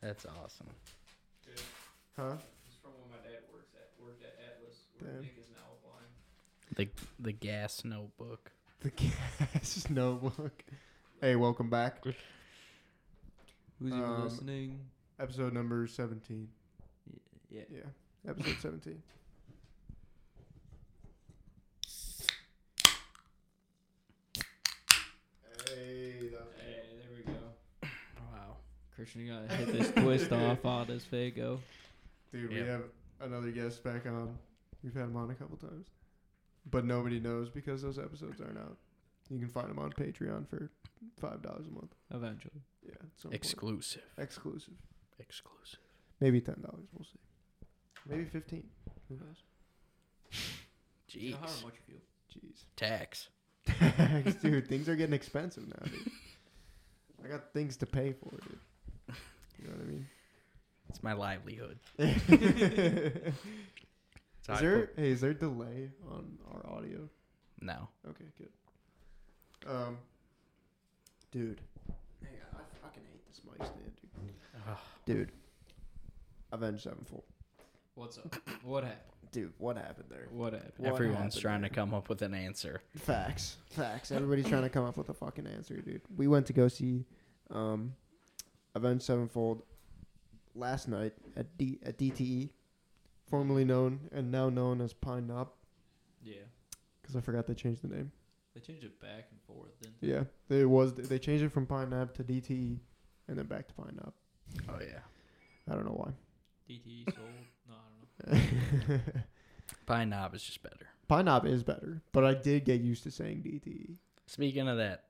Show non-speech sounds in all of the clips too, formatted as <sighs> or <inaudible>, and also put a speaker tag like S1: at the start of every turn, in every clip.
S1: That's awesome.
S2: Good.
S3: <laughs> Huh?
S2: It's from when my dad works at worked at Atlas, where
S3: Damn.
S2: Nick is now applying.
S1: The the gas notebook.
S3: The gas notebook. Hey, welcome back.
S4: Who's even
S3: Um,
S4: listening?
S3: Episode number 17.
S4: Y- Yeah.
S3: Yeah. Episode 17. Hey, that was
S2: Hey, there we go.
S1: Wow.
S4: Christian, you gotta hit this twist off on this Fago.
S3: Dude,
S1: Yeah.
S3: we have another guest back on. We've had him on a couple times, but nobody knows because those episodes aren't out. You can find him on Patreon for five dollars a month.
S4: Eventually.
S3: Yeah, at some point.
S1: Exclusive.
S3: exclusive.
S1: Exclusive.
S3: Maybe ten dollars. We'll see. Maybe fifteen. Who knows?
S4: You know how
S1: Jeez.
S4: much you feel.
S3: Jeez, <laughs>
S1: Tax.
S3: Thanks, dude, things are getting expensive now, dude. I got things to pay for, dude. You know what I <laughs> mean?
S1: It's my livelihood.
S3: is
S1: It's how I
S3: there
S1: put-
S3: hey, is there delay on our audio?
S1: no.
S3: Okay, good. Um, dude. Hey, I fucking hate this mic stand, dude. Dude, Avenged Sevenfold.
S4: What's up? <laughs> What happened?
S3: Dude, what happened there?
S4: What happened?
S3: What
S1: Everyone's
S3: happened
S1: trying to
S3: there?
S1: come up with an answer.
S3: Facts, facts. Everybody's trying to come up with a fucking answer, dude. We went to go see, um, Avenged Sevenfold last night at D at DTE, formerly known and now known as Pine Knob,
S4: Yeah.
S3: because I forgot they changed the name.
S4: They changed it back and forth, didn't they?
S3: Yeah, they was they changed it from Pine Knob to DTE, and then back to Pine Knob.
S1: Oh yeah.
S3: I don't know why.
S4: DTE E sold? No, I don't know.
S1: Pine knob is just better.
S3: <laughs> Pine Knob is better, but I did get used to saying E. DTE.
S1: Speaking of that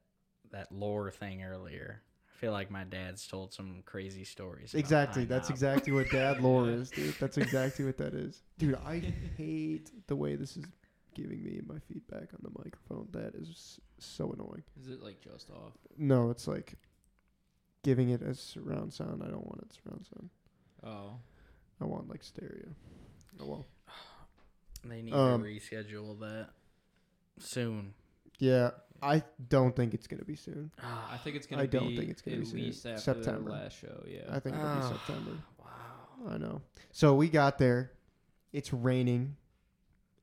S1: that lore thing earlier, I feel like my dad's told some crazy stories. about
S3: Exactly.
S1: Pine
S3: That's
S1: Knob.
S3: exactly what dad
S1: <laughs>
S3: lore is, dude. That's exactly what that is. Dude, I hate the way this is giving me my feedback on the microphone. That is s- so annoying.
S4: Is it like just off?
S3: No, it's like giving it as surround sound. I don't want it surround sound.
S4: Oh.
S3: I want like stereo. Oh well.
S1: They need
S3: Um,
S1: to reschedule that soon.
S3: Yeah, I don't think it's gonna be soon.
S4: I
S1: Ah,
S4: think it's gonna
S3: I
S4: be
S3: don't think it's gonna
S4: at
S3: be soon.
S4: least after
S3: September.
S4: the last show, yeah.
S3: I think it'll be
S1: Ah.
S3: September.
S1: wow.
S3: I know. So we got there. It's raining.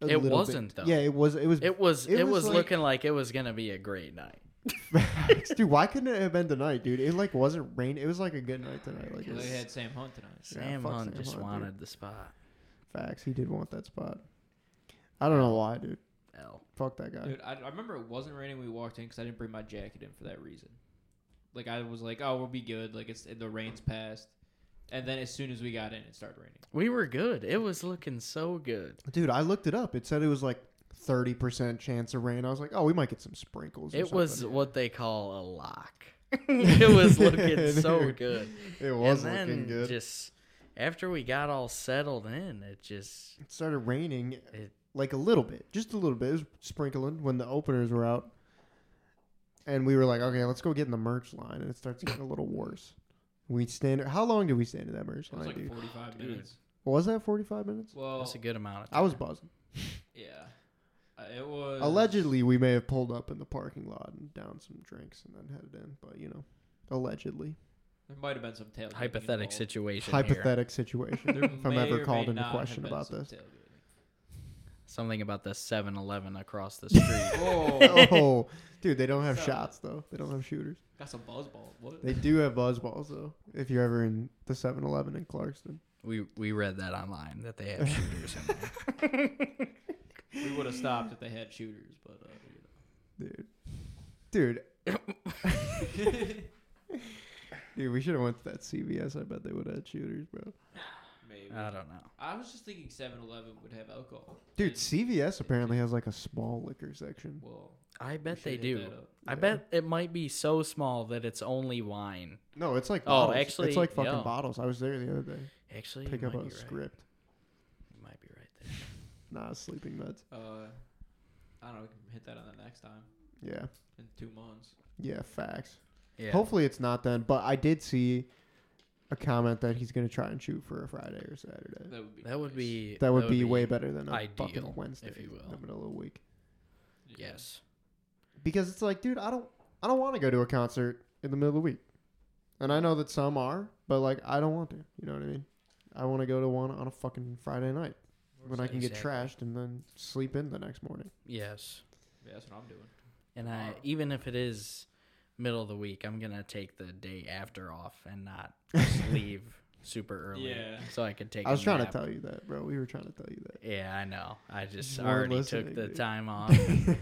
S3: a
S1: It
S3: little bit.
S1: wasn't, though.
S3: Yeah, it was. It was.
S1: It was
S3: It
S1: it,
S3: was
S1: was,
S3: like-
S1: looking like it was gonna be a great night.
S3: dude, why couldn't it have been tonight, dude? It like wasn't rain. It was like a good night tonight. Like
S4: Well,
S3: it's-
S4: they had Sam Hunt tonight.
S3: Yeah,
S1: Sam
S3: fuck
S1: Hunt
S3: Sam
S1: just
S3: Hunt, dude.
S1: wanted the spot.
S3: facts. He did want that spot. I don't know why, dude.
S1: L.
S3: Fuck that guy.
S4: Dude, I, I remember it wasn't raining when we walked in because I didn't bring my jacket in for that reason. Like I was like, oh, we'll be good. Like it's the rain's passed, and then as soon as we got in, it started raining.
S1: We were good. It was looking so good.
S3: Dude, I looked it up. It said it was like thirty percent chance of rain. I was like, oh, we might get some sprinkles. or
S1: It was <laughs>
S3: something.
S1: what they call
S3: <laughs>
S1: a lock. it was looking so
S3: Dude,
S1: good.
S3: It was
S1: and then
S3: looking good.
S1: just after we got all settled in, it just
S3: it started raining
S1: It-
S3: like a little bit, just a little bit. It was sprinkling when the openers were out, and we were like, okay, let's go get in the merch line, and it starts getting a little worse. We stand. How long did we stand in that merch
S4: It was
S3: line?
S4: like
S3: dude?
S4: forty five
S1: Dude.
S4: minutes.
S3: was that forty-five minutes?
S4: Well,
S1: that's a good amount of
S3: I was buzzing.
S4: yeah, Uh, it was
S3: Allegedly, we may have pulled up in the parking lot and down some drinks and then headed in, but you know, allegedly
S4: There might have been some tailgating.
S1: hypothetic
S4: involved.
S1: situation. here.
S4: <laughs>
S3: hypothetic situation.
S4: There
S3: if I'm
S4: may
S3: ever
S4: or
S3: called
S4: may
S3: into
S4: not have
S3: question
S4: been
S3: about
S4: some <laughs>
S3: this. <laughs>
S4: tailgating.
S1: Something about the 7-Eleven across
S3: <laughs>
S1: the street.
S4: Whoa,
S3: oh, dude, they don't have
S4: So-
S3: shots though. They don't have shooters.
S4: got some buzz balls. What?
S3: They do have buzz balls though. If you're ever in the 7-Eleven in Clarkston,
S1: we we read that online that they have shooters in there.
S3: <laughs>
S4: we would have stopped if they had shooters, but uh, you know.
S3: dude, dude,
S1: <laughs>
S3: dude, we should have went to that CVS. I bet they would have had shooters, bro.
S4: maybe.
S1: I don't know.
S4: I was just thinking 7-Eleven would have alcohol.
S3: Dude,
S4: And-
S3: CVS apparently has like a small liquor section.
S4: well,
S1: I
S4: we
S1: bet
S4: should
S1: they
S4: hit
S1: do.
S4: that up.
S1: I
S3: Yeah.
S1: bet it might be so small that it's only wine.
S3: No, it's like
S1: Oh,
S3: bottles.
S1: actually,
S3: it's like fucking
S1: yeah.
S3: bottles. I was there the other day.
S1: Actually,
S3: Pick
S1: you
S3: up
S1: might
S3: a
S1: be Right.
S3: script.
S1: You might be right there.
S3: Nah, sleeping meds.
S4: Uh, I don't know. We can hit that on the next time
S3: Yeah,
S4: in two months.
S3: yeah, facts.
S1: Yeah.
S3: Hopefully it's not then, but I did see a comment that he's gonna try and shoot for a Friday or Saturday.
S4: That would be.
S1: that would
S4: nice.
S1: be
S3: That would be way better than a
S1: ideal,
S3: fucking Wednesday
S1: if you will.
S3: in the middle of the week.
S4: Yeah.
S1: Yes.
S3: Because it's like, dude, I don't, I don't want to go to a concert in the middle of the week. And I know that some are, but like I don't want to. You know what I mean? I want to go to one on a fucking Friday night when I can get
S1: Exactly.
S3: trashed and then sleep in the next morning.
S1: Yes.
S4: Yeah, that's what I'm doing.
S1: And I even if it is middle of the week, I'm gonna take the day after off and
S3: <laughs>
S1: not just leave super early.
S4: Yeah.
S1: So I could take.
S3: I was
S1: a
S3: trying
S1: nap.
S3: to tell you that, bro. We were trying to tell you that.
S1: Yeah, I know. I just
S3: You weren't
S1: already
S3: listening,
S1: took the
S3: dude.
S1: time
S3: <laughs>
S1: off. and
S4: Yeah.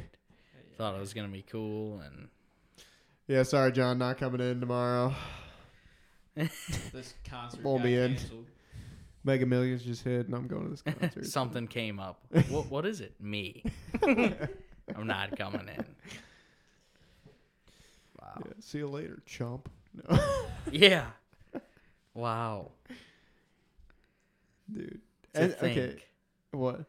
S1: thought it was gonna be cool, and
S3: Yeah, sorry, John, not coming in tomorrow.
S4: This concert
S3: Won't
S4: got
S3: be in.
S4: canceled.
S3: Mega Millions just hit, and I'm going
S1: <laughs>
S3: to this concert.
S1: something
S3: <laughs>
S1: came up. what? What is it? Me. I'm not coming in. Wow.
S3: Yeah, see you later, chump. <laughs> No,
S1: Yeah. Wow.
S3: dude.
S1: To
S3: And-
S1: think,
S3: okay, what,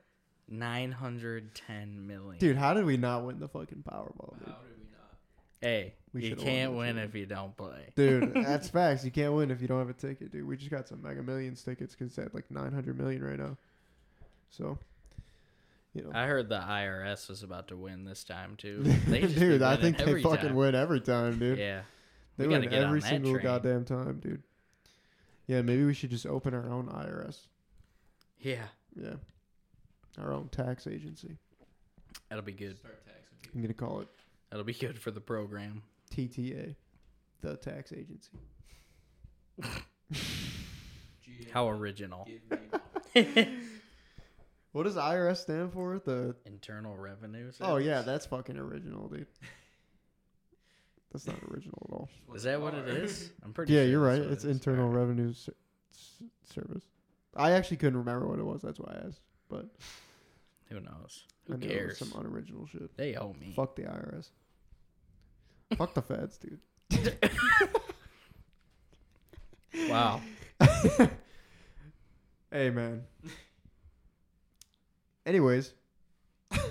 S1: 910 million.
S3: dude? How did we not win the fucking Powerball, dude?
S4: How did we not?
S1: Hey,
S3: We
S1: you
S3: should've won
S1: can't
S3: that
S1: win
S3: shit.
S1: if you don't play. <laughs>
S3: Dude, that's facts. You can't win if you don't have a ticket, dude. We just got some Mega Millions tickets because it's at like 900 million right now. So, you know,
S1: I heard the IRS was about to win this time
S3: <laughs>
S1: too. They just
S3: dude,
S1: be
S3: I
S1: winning
S3: think they
S1: every
S3: fucking
S1: time.
S3: win every time, dude.
S1: Yeah.
S3: they
S1: we gotta
S3: win
S1: get on
S3: every
S1: that
S3: single
S1: train.
S3: goddamn time, dude. Yeah, maybe we should just open our own IRS.
S1: Yeah.
S3: Yeah, our own tax agency.
S1: That'll be good.
S4: Start taxing people.
S3: I'm gonna call it
S1: That'll be good for the program.
S3: TTA, the tax agency.
S4: GM,
S1: How original.
S4: give
S3: <laughs>
S4: me money.
S3: What does IRS stand for? The
S1: Internal revenue.
S3: oh yeah,
S1: Service?
S3: that's fucking original, dude. <laughs> That's not original at all.
S4: Just
S1: Is that what it
S4: car. <laughs>
S3: <laughs>
S1: is? I'm pretty
S3: Yeah,
S1: sure
S3: you're
S1: that's
S3: right.
S1: what it
S3: It's
S1: is.
S3: Internal
S1: Alright.
S3: Revenue ser- s- Service. I actually couldn't remember what it was. That's why I asked. But
S1: Who knows? Who
S3: I knew it was
S1: cares? Mm.
S3: some unoriginal shit.
S1: They owe me.
S3: Fuck the IRS. Fuck the feds,
S1: <laughs>
S3: dude.
S1: Wow.
S3: Hey, man.
S1: <laughs>
S3: Anyways, this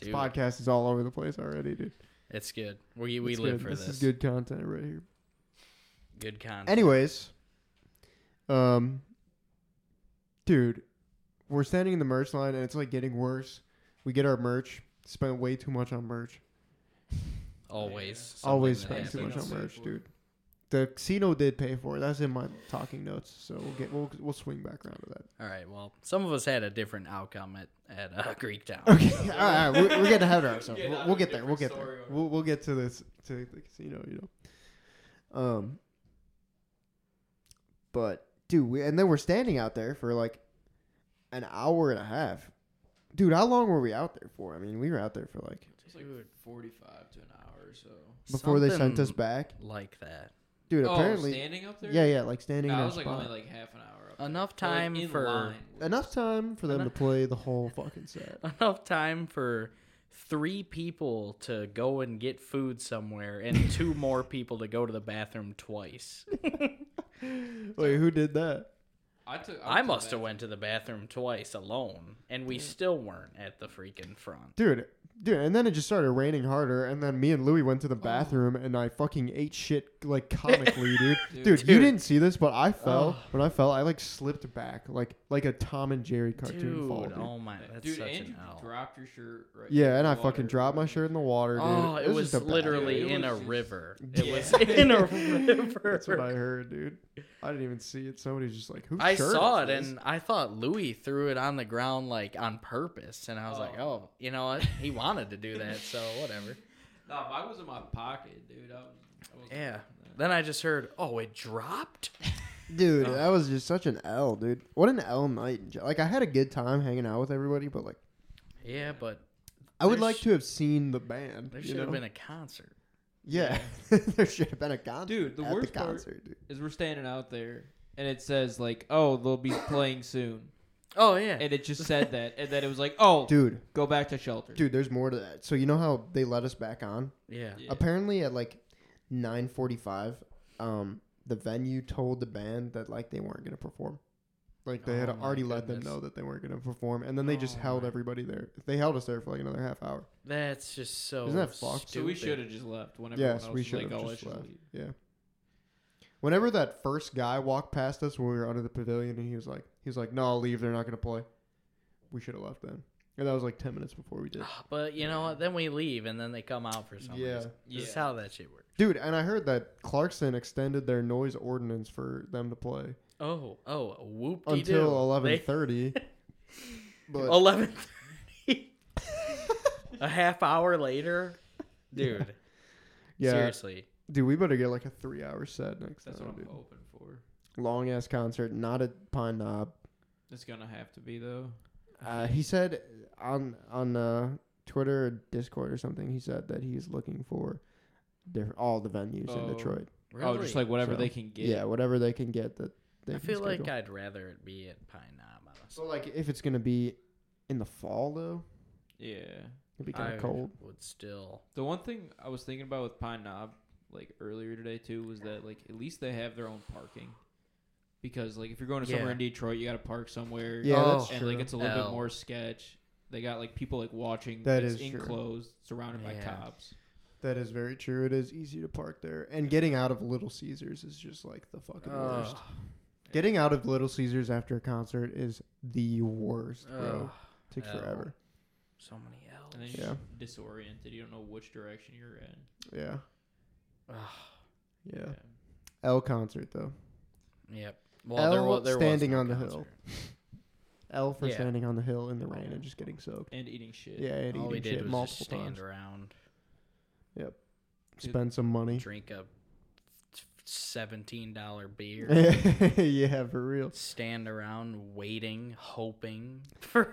S1: Dude,
S3: podcast is all over the place already, dude.
S1: it's good. We we
S3: It's
S1: live
S3: good.
S1: for
S3: this. is good content right here.
S1: Good content.
S3: Anyways, um, dude, we're standing in the merch line and it's like getting worse. We get our merch, spent way too much on merch.
S1: Always.
S4: Yeah.
S1: something
S3: Always
S1: that
S3: spend too
S4: happens.
S3: much on
S1: happens.
S4: Casino
S3: merch,
S4: paid for
S3: dude. The casino did pay for it. That's in my talking notes, so we'll get we'll we'll swing back around to that.
S1: All right. Well, some of us had a different outcome at at uh, <laughs> Greek Town.
S3: Okay, <laughs> all right, all right. We're, we're getting ahead of ourselves.
S4: Yeah,
S3: We'll,
S4: not
S3: we'll
S4: a
S3: get there. We'll get
S4: different
S3: there.
S4: story or-
S3: We'll we'll get to this to the casino, you know. Um, but dude, we, and then we're standing out there for like an hour and a half. Dude, how long were we out there for? I mean, we were out there for like
S4: It's like 45 to an hour or so.
S3: before they sent us
S1: Something
S3: back.
S1: Like that.
S3: Dude,
S4: oh,
S3: apparently,
S4: standing up there?
S3: yeah, yeah, like standing
S4: I
S3: in our
S4: was like
S3: spot.
S4: only like half an hour up.
S1: Enough
S4: there. Or, like,
S1: time
S4: in
S1: for-
S4: line.
S3: Enough time for them to
S1: Enough-
S3: play the whole fucking set.
S1: <laughs>
S4: <laughs>
S1: Enough time for three people to go and get food somewhere, and
S3: <laughs>
S1: two more people to go to the bathroom twice.
S3: Wait, who did that?
S4: I took.
S1: I
S4: took
S1: must
S4: that.
S1: have went to the bathroom twice alone, and we still weren't at the freaking front.
S3: Dude, dude, and then it just started raining harder, and then me and Louie went to
S1: Oh.
S3: the bathroom, and I fucking ate shit
S1: <laughs>
S3: like comically, dude. dude.
S4: Dude.
S3: you
S1: Dude.
S3: didn't see this, but I fell. When I fell, I like slipped back, like like a Tom and Jerry cartoon
S1: Dude,
S3: fall. Dude.
S1: oh my, that's
S4: Dude,
S1: such
S4: and you
S1: an L.
S4: dropped your shirt. Right in
S3: yeah, and
S4: the
S3: I
S4: water
S3: fucking
S4: or
S3: dropped my
S4: whatever.
S3: shirt in the water, dude.
S1: Oh, it was,
S3: just a bad- <laughs>
S1: literally
S4: Dude, it
S1: in
S4: was
S1: a
S4: just-
S1: river. It
S4: Yeah.
S1: was <laughs>
S4: <laughs>
S1: in a river.
S3: That's what I heard, dude. I didn't even see it. Somebody's just like, who?
S1: I saw it and I thought Louis threw it on the ground like on purpose, and I was like, oh, you know what? He wanted to do that, so
S3: <laughs>
S1: whatever.
S4: Nah, mine was in my pocket, dude. I was. I was
S1: Yeah. Then I just heard, oh, it dropped.
S3: Dude,
S1: Oh.
S3: that was just such an L, dude. What an L night. in gen- Like, I had a good time hanging out with everybody, but, like,
S1: Yeah, but
S3: I would
S1: There
S3: like
S1: sh-
S3: to have seen the band.
S1: there
S3: you
S1: should have
S3: know?
S1: been a concert.
S3: Yeah, <laughs> there should have been a concert.
S4: Dude, the
S3: at
S4: worst
S3: the
S4: part-
S3: concert, dude.
S4: Is we're standing out there, and it says like, "Oh, they'll be playing soon,"
S1: Oh yeah,
S4: and it just said that, and then it was like, "Oh,
S3: Dude,
S4: go back to shelter."
S3: dude, there's more to that. So you know how they let us back on?
S1: yeah.
S4: Yeah.
S3: Apparently at like 9:45, um, the venue told the band that like they weren't gonna perform. Like they had
S1: Oh, my
S3: already let them
S1: goodness.
S3: know that they weren't gonna perform, and then they just
S1: Oh,
S3: held
S1: my-
S3: everybody there. They held us there for like another half hour.
S1: That's just so.
S3: Isn't that fucked?
S4: So we
S1: stupid. <sighs>
S4: should have just left. Whenever
S3: yes,
S4: else
S3: we
S4: was
S3: should
S4: like,
S3: have
S4: "Oh,
S3: just
S4: let's
S3: left.
S4: leave."
S3: Yeah. Whenever that first guy walked past us when we were under the pavilion, and he was like, he was like, "No, I'll leave. They're not gonna play." We should have left then, and that was like ten minutes before we did.
S1: But you know what? Then we leave, and then they come out for some
S3: Yeah.
S1: reason. This is
S4: Yeah.
S1: how that shit works.
S3: Dude, and I heard that Clarkson extended their noise ordinance for them to play
S1: Oh, oh, whoop
S3: until eleven thirty. But
S1: <laughs> Eleven thirty. <laughs> A half hour later, dude.
S3: yeah,
S1: Seriously,
S3: dude, we better get like a three-hour set next
S4: That's
S3: time.
S4: what I'm
S3: dude.
S4: hoping for.
S3: Long ass concert, not at Pine Knob.
S4: It's gonna have to be though.
S3: Uh, he said on on uh, Twitter or Discord or something. He said that he's looking for diff- all the venues in
S4: Oh,
S3: Detroit.
S1: really?
S4: Oh, just like whatever
S3: So,
S4: they can get.
S3: Yeah, whatever they can get that. They
S1: I
S3: can
S1: feel like
S3: schedule.
S1: I'd rather it be at Pine Knob. Honestly,
S3: so like if it's gonna be in the fall though,
S4: Yeah.
S3: it'd be kind
S1: I
S3: of cold.
S1: Would still.
S4: The one thing I was thinking about with Pine Knob, like earlier today too, was that like at least they have their own parking, because like if you're going to somewhere
S1: Yeah.
S4: in Detroit, you got to park somewhere.
S3: Yeah,
S1: Oh.
S3: that's
S4: and
S3: true.
S4: like it's a little
S1: Hell.
S4: bit more sketch. They got like people like watching. That
S3: That
S4: is
S3: is true.
S4: enclosed, surrounded by
S1: Yeah.
S4: cops.
S3: That is very true. It is easy to park there, and getting out of Little Caesars is just like the fucking worst.
S1: Ugh.
S3: Getting out of Little Caesars after a concert is the worst, bro.
S1: Ugh.
S3: Takes
S1: hell.
S3: forever.
S1: so many L's.
S4: And then you're
S3: Yeah,
S4: just disoriented. You don't know which direction you're in.
S3: yeah,
S1: Ugh.
S3: yeah. L concert though.
S1: Yep. Well, there
S3: L
S1: was there
S3: standing
S1: was no
S3: on the
S1: concert.
S3: hill. L for
S1: Yeah.
S3: standing on the hill in the rain and just getting soaked.
S4: And eating shit.
S3: Yeah, and
S1: All we
S3: eating
S1: did
S3: shit
S1: was
S3: multiple
S1: just stand
S3: times.
S1: around,
S3: Spend some <laughs> money.
S1: drink a seventeen dollar beer,
S3: <laughs> yeah, for real.
S1: stand around waiting,
S3: <laughs>
S1: hoping for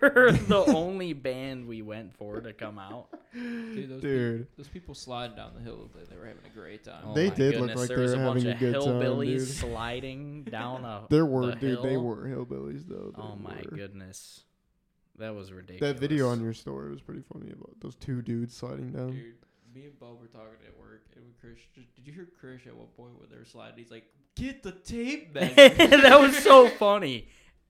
S1: the only band we went for to come out.
S4: Dude, those, People,
S3: Dude,
S4: those people sliding down the hill looked like they were having a great time.
S1: Oh
S3: They
S1: my
S3: did look like
S1: there
S3: they
S1: was
S3: were
S1: a bunch
S3: having a
S1: of
S3: good time,
S1: hillbillies
S3: dude. <laughs>
S1: sliding down a.
S3: there were
S1: the
S3: dude, they
S1: hill.
S3: were hillbillies though. They
S1: Oh my
S3: were.
S1: goodness, that was ridiculous.
S3: That video on your story was pretty funny about those two dudes sliding down.
S4: Dude, me and Bob were talking at work, and when Chris, did did you hear Chris at one point when they were sliding? He's like, "Get the tape <laughs> back."
S1: <laughs> that was so funny.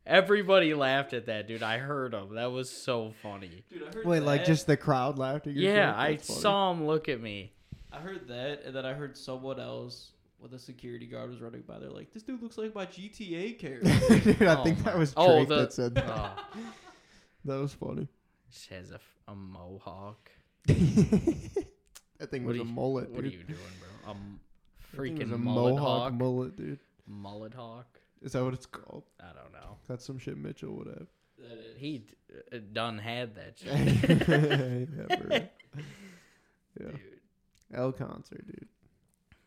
S1: Everybody laughed at that, dude. I heard them. That was so funny.
S4: <laughs> Dude, I heard
S3: Wait, like
S4: that,
S3: just the crowd laughter.
S1: Yeah, I saw him look at me.
S4: I heard that, and then I heard someone else when the security guard was running by. They're like, "This dude looks like my GTA character."
S3: <laughs>
S1: <laughs>
S4: <laughs>
S3: dude, I
S1: Oh
S3: think
S1: my-
S3: that was Drake
S1: oh, the-
S3: that said
S1: <laughs>
S3: that.
S1: Oh,
S3: That was
S1: <laughs>
S3: funny.
S1: she has a, f- a mohawk.
S3: that thing was a mullet,
S1: What
S3: dude.
S1: are you doing,
S3: <laughs>
S1: bro? A m-
S3: That thing
S1: freaking
S3: was a
S1: mullet
S3: mohawk
S1: hawk.
S3: mullet, dude.
S1: mullet hawk.
S3: Is that what it's called?
S1: I don't know.
S3: That's some shit Mitchell would
S1: <laughs>
S3: have. <laughs>
S4: That is-
S1: He d- uh, done had that shit.
S3: yeah, for real. yeah.
S1: Dude.
S3: L concert, dude.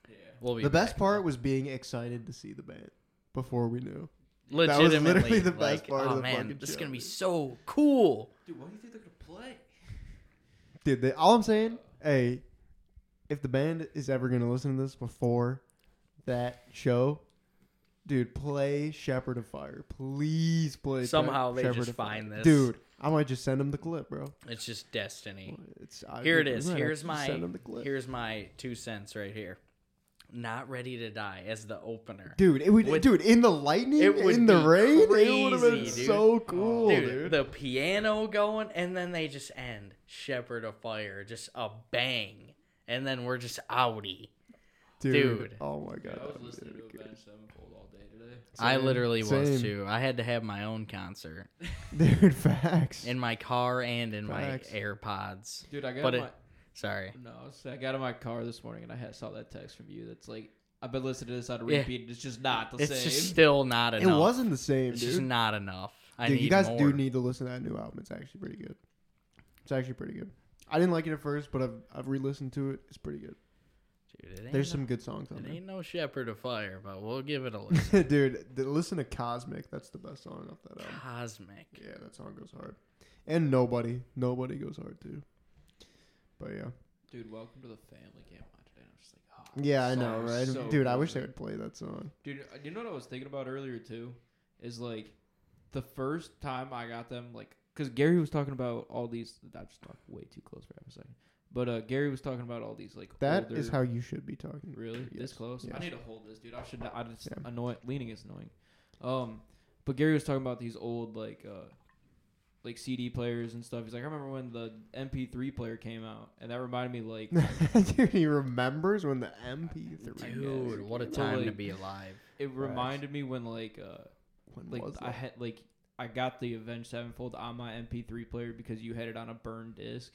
S4: yeah.
S1: We'll be
S3: The best
S1: back.
S3: part was being excited to see the band before we knew. was
S1: legitimately
S3: literally the best
S1: like,
S3: part
S1: oh,
S3: of the
S1: man,
S3: fucking
S1: this is
S3: show,
S1: gonna be
S3: dude.
S1: so cool.
S4: Dude, why do you think they're gonna play?
S3: Dude, they, all I'm saying, hey, if the band is ever gonna listen to this before that show, dude, play Shepherd of Fire, please play. Shep-
S1: Somehow they
S3: Shepherd
S1: just
S3: of Fire.
S1: find this.
S3: dude. I might just send them the clip, bro.
S1: It's just destiny.
S3: It's I-
S1: Here it
S3: we
S1: is.
S3: might
S1: Here's
S3: actually
S1: my
S3: send them the clip.
S1: here's my two cents right here. Not ready to die as the opener.
S3: Dude, it would,
S1: Would-
S3: dude, in the lightning,
S1: it would
S3: in the
S1: be
S3: rain, it would have been
S1: crazy, dude.
S3: so cool,
S1: Dude,
S3: dude.
S1: the piano going, and then they just end Shepherd of Fire, just a bang, and then we're just outie.
S3: dude.
S1: dude.
S3: Oh my god,
S4: I was
S3: that would've
S4: listening
S3: been
S4: to
S3: good.
S4: Avenged Sevenfold all day today.
S1: I
S3: Same,
S1: literally was
S3: same.
S1: too. I had to have my own concert
S3: Dude, <laughs> facts.
S1: in my car and in
S3: Facts.
S1: my AirPods.
S4: Dude, I got
S1: But
S4: my.
S1: it- Sorry.
S4: No, so I got in my car this morning and I had, saw that text from you. That's like I've been listening to this on
S1: Yeah.
S4: repeat. and It's just not the
S1: It's
S4: same.
S1: just still not
S3: it
S1: enough.
S3: wasn't the same,
S1: It's
S3: dude.
S1: just not enough. I
S3: dude,
S1: need
S3: you guys
S1: more.
S3: do need to listen to that new album. It's actually pretty good. It's actually pretty good. I didn't like it at first, but I've I've re-listened to it. It's pretty good.
S1: Dude, it ain't
S3: There's
S1: no-
S3: some good songs on
S1: It ain't no Shepherd of Fire, but we'll give it a
S3: <laughs>
S1: listen.
S3: there. dude, th- listen to Cosmic. That's the best song off that album.
S1: Cosmic.
S3: Yeah, that song goes hard. And nobody, nobody goes hard too. But yeah,
S4: Dude, welcome to the family camp on today. and I'm just like, oh,
S3: yeah, I
S4: song
S3: know,
S4: is
S3: right?
S4: so
S3: dude, I wish
S4: good.
S3: they would play that song.
S4: Dude, uh, you know what I was thinking about earlier too, is like, the first time I got them, like, cause Gary was talking about all these. I just talked way too close for half a second, but uh, Gary was talking about all these like.
S3: That is
S4: older,
S3: how you should be talking.
S4: Really,
S3: Yes.
S4: this close?
S3: Yes.
S4: I need to hold this, dude. I should. not- I just
S3: Yeah.
S4: annoy leaning is annoying. Um, but Gary was talking about these old like, uh, like CD players and stuff. He's like, I remember when the MP3 player came out, and that reminded me like
S3: <laughs> <laughs> dude, he remembers when the MP3.
S1: Dude,
S4: guess.
S1: what a
S4: But,
S1: time to
S4: like-
S1: be alive.
S4: it
S3: Right.
S4: reminded me when like uh
S3: When
S4: like
S3: was
S4: I
S3: that?
S4: had like I got the Avenged Sevenfold on my MP3 player because you had it on a burned disc,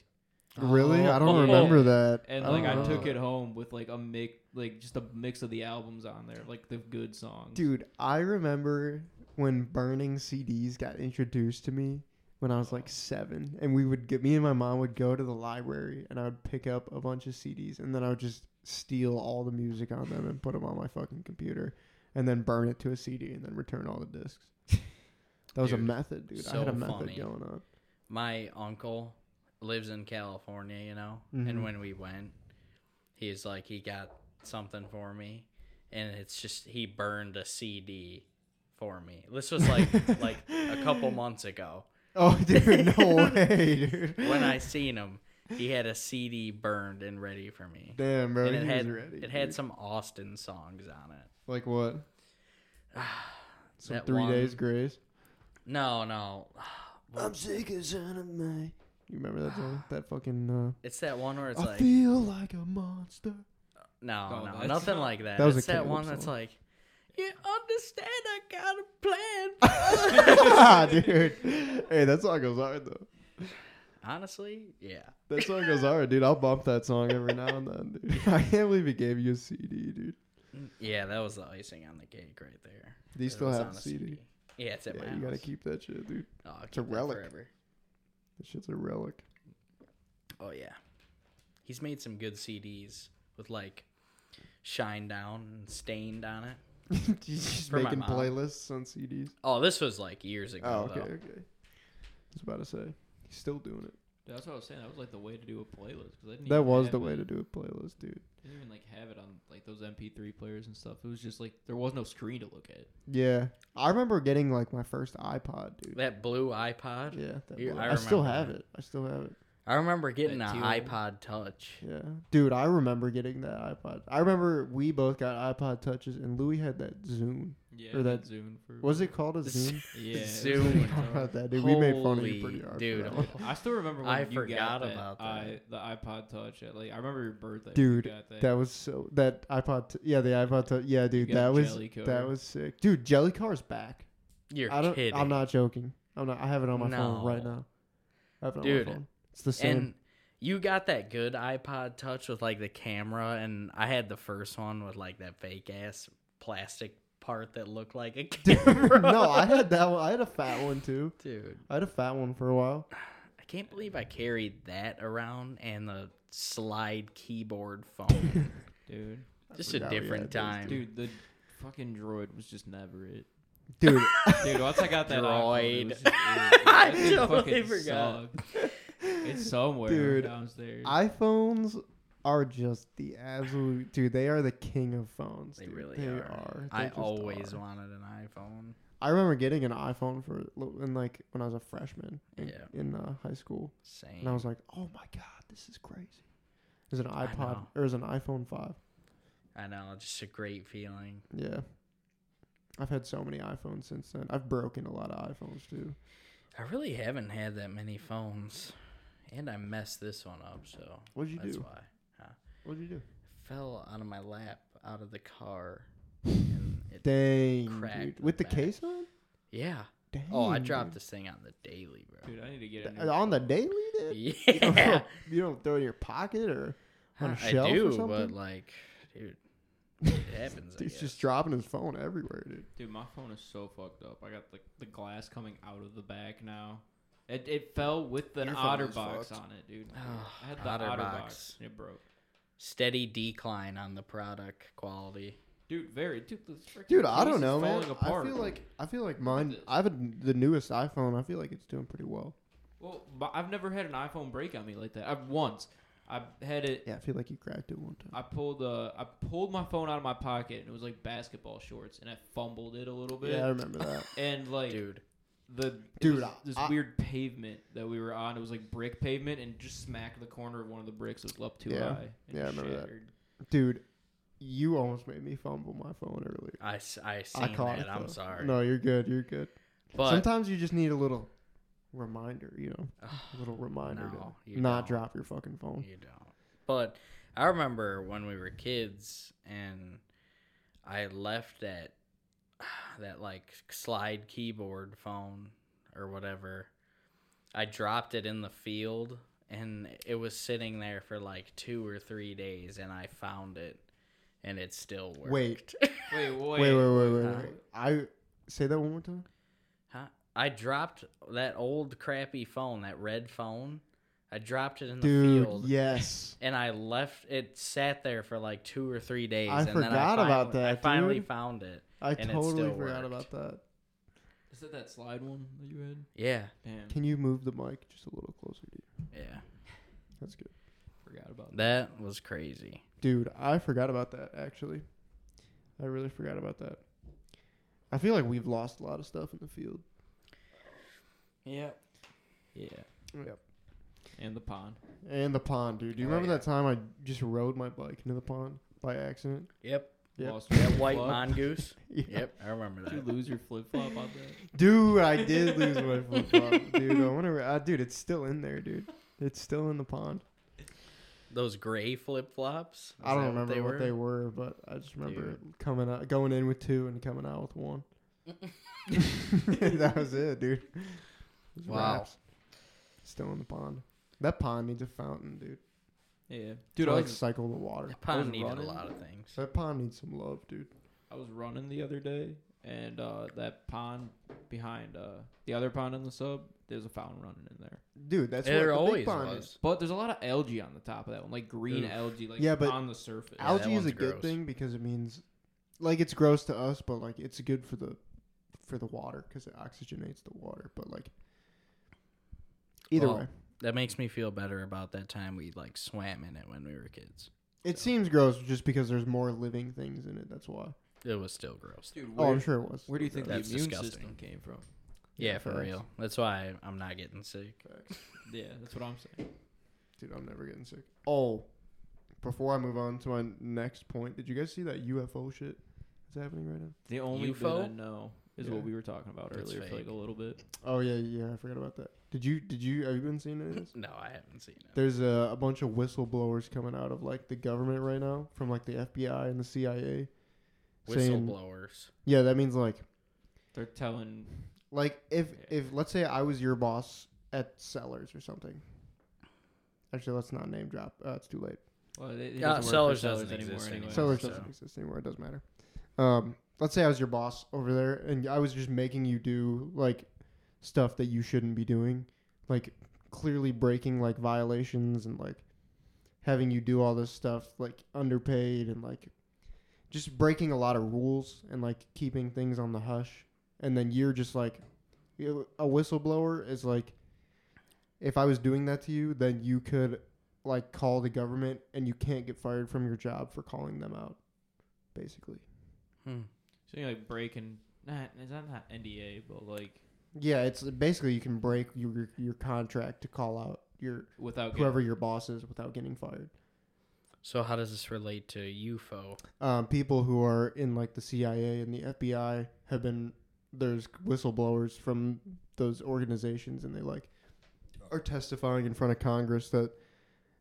S3: Really? I don't
S1: Oh.
S3: remember that.
S4: And
S3: don't
S4: like I took
S3: know.
S4: it home with like a mix, like just a mix of the albums on there, like the good songs.
S3: Dude, I remember when burning CDs got introduced to me when I was like seven, and we would get me and my mom would go to the library, and I would pick up a bunch of CDs, and then I would just steal all the music on them and put them on my fucking computer, and then burn it to a CD, and then return all the discs. That was a
S1: Dude,
S3: method, dude. I
S1: so
S3: had a method
S1: funny.
S3: going on.
S1: my uncle lives in California, you know,
S3: Mhm.
S1: and when we went, he's like, he got something for me, and it's just he burned a CD for me. This was
S3: <laughs>
S1: like like a couple months ago
S3: Oh, <laughs> dude,
S1: <laughs>
S3: no way, dude.
S1: when I seen him. He had a CD burned and ready for me,
S3: damn, bro,
S1: and
S3: he
S1: it had
S3: was ready.
S1: it had
S3: dude.
S1: some Austin songs on it.
S3: like what?
S1: <sighs>
S3: Some
S1: That
S3: three
S1: one-
S3: days grace.
S1: No, no,
S3: I'm sick as out of my. You remember that
S1: <sighs>
S3: song? That fucking.
S1: it's that one where it's
S3: Uh, I
S1: like
S3: feel like a monster.
S1: No,
S4: Oh,
S1: no,
S4: that's
S1: nothing
S4: not-
S1: like that.
S3: That was a
S1: it's that
S3: Caleb
S1: one that's
S3: song.
S1: like, you understand? I got a
S3: <laughs>
S1: plan.
S3: dude. Hey, that song goes hard though.
S1: <laughs> Honestly, yeah.
S3: That song goes hard, dude. I'll bump that song every now and then, dude. <laughs> I can't believe he gave you a CD, dude.
S1: Mm, Yeah, that was the icing on the cake right there.
S3: Do you
S1: It
S3: still
S1: was
S3: have
S1: on
S3: the
S1: a
S3: CD?
S1: Yeah, it's at
S3: Yeah,
S1: my
S3: you gotta
S1: house.
S3: keep that shit, dude.
S1: Oh, I'll
S3: a
S1: keep that
S3: relic.
S1: Forever.
S3: That shit's a
S1: <laughs>
S3: relic.
S1: Oh yeah, he's made some good CDs with like shine down and stained on it.
S3: He's just
S1: For my
S3: making
S1: mom.
S3: playlists on CDs.
S1: Oh, this was like years ago.
S3: Oh, okay,
S1: Though.
S3: okay. I was about to say he's still doing it.
S4: Dude, that's what I was saying. That was like the way to do a playlist. 'cause I didn't
S3: That
S4: even
S3: was
S4: have
S3: the
S4: it.
S3: way to do a playlist, dude.
S4: Didn't even like have it on like those MP3 players and stuff. It was just like there was no screen to look at.
S3: Yeah, I remember getting like my first iPod, dude.
S1: That blue iPod.
S3: Yeah, that
S1: Yeah,
S3: blue- I,
S1: I
S3: still
S1: remember
S3: have
S1: that.
S3: it. I still have it.
S1: I remember getting
S4: That
S1: an
S4: teal.
S1: iPod Touch.
S3: Yeah, dude, I remember getting that iPod. I remember we both got iPod touches, and Louis had that Zune.
S4: Yeah,
S3: Or that-
S4: Zoom for
S3: Was it called a Zune? <laughs>
S4: yeah
S1: Zoom.
S4: Zoom.
S3: about that, dude. We made fun of
S1: Holy
S3: you pretty hard, for
S1: dude.
S3: that one.
S4: I still remember when
S1: I
S4: you
S1: forgot
S4: got that,
S1: about that.
S4: I, the iPod Touch. At, like I remember your birthday, when
S3: Dude,
S4: You got that.
S3: That was so that iPod. T- yeah, the iPod. T- yeah, dude,
S4: got
S3: that was
S4: Jelly Car.
S3: that was sick, dude. Jelly Car's back.
S1: <laughs> You're
S3: I don't.
S1: kidding.
S3: I'm not joking. I'm not. I have it on my phone right
S1: No.
S3: now. I have it on
S1: Dude,
S3: my phone. It's the same.
S1: And you got that good iPod Touch with like the camera, and I had the first one with like that fake ass plastic part that looked like a <laughs>
S3: Dude,
S1: camera.
S3: <laughs> no, I had that one. I had a fat one too.
S1: dude,
S3: I had a fat one for a while.
S1: I can't believe I carried that around and the slide keyboard
S3: <laughs>
S1: phone.
S4: dude.
S1: Just a
S3: forgot we had
S1: different
S3: those,
S1: time,
S4: Dude, the fucking droid was just never it.
S3: Dude, <laughs>
S4: Dude, once I got that iPhone, it was
S1: Droid.
S4: just it. That thing
S1: totally
S4: fucking
S1: forgot.
S4: sucked. It's somewhere
S3: Dude,
S4: downstairs.
S3: iPhones are just the absolute dude. They are the king of phones.
S1: They
S3: dude.
S1: really
S3: They
S1: are.
S3: are. They
S1: I
S3: just
S1: always
S3: are.
S1: wanted an iPhone.
S3: I remember getting an iPhone for in like when I was a freshman in,
S1: Yeah.
S3: in uh, high school,
S1: Same.
S3: and I was like, "Oh my god, this is crazy." It was an
S1: I
S3: iPod
S1: know.
S3: or it was an iPhone five.
S1: I know, just a great feeling.
S3: Yeah, I've had so many iPhones since then. I've broken a lot of iPhones too.
S1: I really haven't had that many phones, and I messed this one up, so
S3: What'd you
S1: that's
S3: do?
S1: why.
S3: What'd you do?
S1: fell out of my lap out of the car. And it,
S3: Dang,
S1: Cracked
S3: dude.
S1: the
S3: with the
S1: back.
S3: case on.
S1: yeah.
S3: Dang,
S1: Oh, I dropped
S3: dude.
S1: this thing on the daily, bro.
S4: Dude, I need to get a
S3: Th-
S4: new
S3: on the
S4: phone.
S3: daily. Dude?
S1: <laughs> Yeah.
S3: <laughs>
S1: <laughs>
S3: you don't throw it in your pocket or on a
S1: I
S3: shelf or
S1: do,
S3: something.
S1: but like,
S3: <laughs>
S1: dude, it happens. I
S3: Dude's
S1: guess.
S3: just dropping his phone everywhere, dude.
S4: Dude, my phone is so fucked up. I got like the glass coming out of the back now. It, it fell with an
S3: Your phone is
S4: OtterBox
S3: fucked.
S4: on it, dude.
S1: Ah,
S4: I had the
S1: OtterBox.
S4: OtterBox. and it broke.
S1: Steady decline on the product quality.
S4: Dude, very dude. This freaking
S3: Dude, I
S4: case
S3: don't
S4: is
S3: know, man.
S4: falling Apart.
S3: I feel like I feel like mine.
S4: this.
S3: I have a, the newest iPhone. I feel like it's doing pretty well.
S4: well, but I've never had an iPhone break on me like that. I've once. I had it.
S3: Yeah, I feel like you cracked it one time.
S4: I pulled uh, I pulled my phone out of my pocket and it was like basketball shorts and I fumbled it a little bit
S3: yeah, I remember that.
S4: and like
S1: Dude,
S4: the it
S3: Dude,
S4: was
S3: I-
S4: this
S3: I-
S4: weird pavement that we were on it was like brick pavement and just smacked the corner of one of the bricks was up too
S3: Yeah.
S4: high and
S3: Yeah, I
S4: just
S3: remember that.
S4: shattered.
S3: Dude, you almost made me fumble my phone earlier.
S1: I, s- I seen
S3: I caught
S1: that.
S3: it.
S1: I'm
S3: though.
S1: sorry.
S3: No, you're good. You're good.
S1: but
S3: Sometimes you just need a little reminder, you know,
S1: Ugh,
S3: a little reminder
S1: No,
S3: to
S1: you
S3: not
S1: don't.
S3: drop your fucking phone.
S1: You don't. But I remember when we were kids and I left that <sighs> that like slide keyboard phone or whatever. I dropped it in the field and it was sitting there for like two or three days, and I found it, and it still worked.
S3: Wait.
S4: Wait, wait,
S3: Wait, wait, wait, wait.
S1: Huh?
S3: wait. I say that one more time.
S1: Huh? <laughs> I dropped that old crappy phone, that red phone. I dropped it in the
S3: Dude,
S1: field.
S3: yes.
S1: <laughs> and I left it sat there for like two or three days.
S3: I
S1: and then I
S3: forgot
S1: finally,
S3: about that,
S1: I finally
S3: dude.
S1: found it.
S3: I
S1: And it
S3: totally
S1: still
S3: forgot about
S1: worked.
S3: that.
S4: Is that that slide one that you had?
S1: Yeah,
S4: Damn,
S3: Can you move the mic just a little closer, dude?
S1: yeah,
S3: That's good.
S4: forgot about that.
S1: that was crazy.
S3: Dude, I forgot about that actually. I really forgot about that. I feel like we've lost a lot of stuff in the field.
S1: Yeah,
S4: Yeah,
S3: Yep.
S4: and the pond.
S3: And the pond, dude. Do you
S1: Oh,
S3: remember
S1: yeah.
S3: that time I just rode my bike into the pond by accident?
S1: yep,
S3: Yep.
S4: Lost your
S1: that white
S4: flip-flop.
S1: mongoose.
S3: Yeah.
S1: Yep, I remember
S4: Did you
S1: that.
S4: lose your flip flop on that?
S3: <laughs> Dude, I did lose my flip flop, dude. I wonder, uh, dude. It's still in there, dude. It's still in the pond.
S1: Those gray flip flops.
S3: I don't remember what they were, but I just remember coming out, going in with two, and coming out with
S1: <laughs>
S3: one. <laughs> that was it, dude. It was
S1: Wow.
S3: wraps. Still in the pond. That pond needs a fountain, dude.
S4: Yeah, dude,
S3: to,
S4: I
S3: like
S4: was
S3: cycle the water.
S1: That pond
S4: Those
S1: needed
S4: running-
S1: a lot of things.
S3: <laughs> That pond needs some love, dude.
S4: I was running the other day, and uh, that pond behind uh, the other pond in the sub, there's a fountain running in there.
S3: Dude, that's
S1: there
S3: what the
S1: always
S3: big pond
S1: was.
S3: is.
S4: But there's a lot of algae on the top of that one, like green
S1: Oof.
S4: algae, like
S3: Yeah, but
S4: on the surface.
S1: Yeah, that
S3: Algae is a
S1: one's
S3: good
S1: gross.
S3: thing because it means, like, it's gross to us, but like, it's good for the for the water because it oxygenates the water. But like, either
S1: Well,
S3: way,
S1: That makes me feel better about that time we like swam in it when we were kids.
S3: it seems gross just because there's more living things in it. That's why.
S1: It was still gross.
S4: Dude,
S3: Oh,
S4: where,
S3: I'm sure it was.
S4: where do you think the immune
S1: That's
S4: system
S1: disgusting.
S4: came from?
S1: Yeah, for
S3: facts.
S1: real. That's why I'm not getting sick.
S3: Facts.
S4: Yeah, that's what I'm saying.
S3: Dude, I'm never getting sick. Oh, before I move on to my next point, did you guys see that UFO shit that's happening right now?
S4: The only
S1: UFO?
S4: bit I know is
S3: Yeah.
S4: what we were talking about
S1: That's
S4: earlier for like
S1: fake.
S4: a little bit.
S3: Oh yeah, yeah, I forgot about that. Did you? Did you? Have you been seeing any of this?
S1: No, I haven't seen it.
S3: There's a, a bunch of whistleblowers coming out of like the government right now, from like the FBI and the CIA. Saying,
S1: Whistleblowers.
S3: yeah, that means like,
S4: They're telling
S3: like if
S4: Yeah.
S3: if let's say I was your boss at Sellers or something. Actually, let's not name drop. Uh, it's too late.
S4: well, it, it doesn't
S1: Yeah,
S4: work for
S1: Sellers
S4: Sellers
S1: doesn't
S4: anymore.
S1: exist
S4: anyway.
S1: anymore.
S3: Sellers
S1: So-
S3: doesn't exist anymore. It doesn't matter. Um, let's say I was your boss over there, and I was just making you do like stuff that you shouldn't be doing, like clearly breaking like violations and like having you do all this stuff like underpaid and like just breaking a lot of rules and like keeping things on the hush. And then you're just like you- a whistleblower is like if I was doing that to you, then you could like call the government and you can't get fired from your job for calling them out basically
S1: Hmm.
S4: So you're like breaking. Nah, is that not NDA? But like
S3: yeah it's basically you can break your your contract to call out your
S4: without getting
S3: whoever your boss is without getting fired
S1: So how does this relate to UFO?
S3: um, people who are in like the cia and the fbi have been there's whistleblowers from those organizations and they like are testifying in front of congress that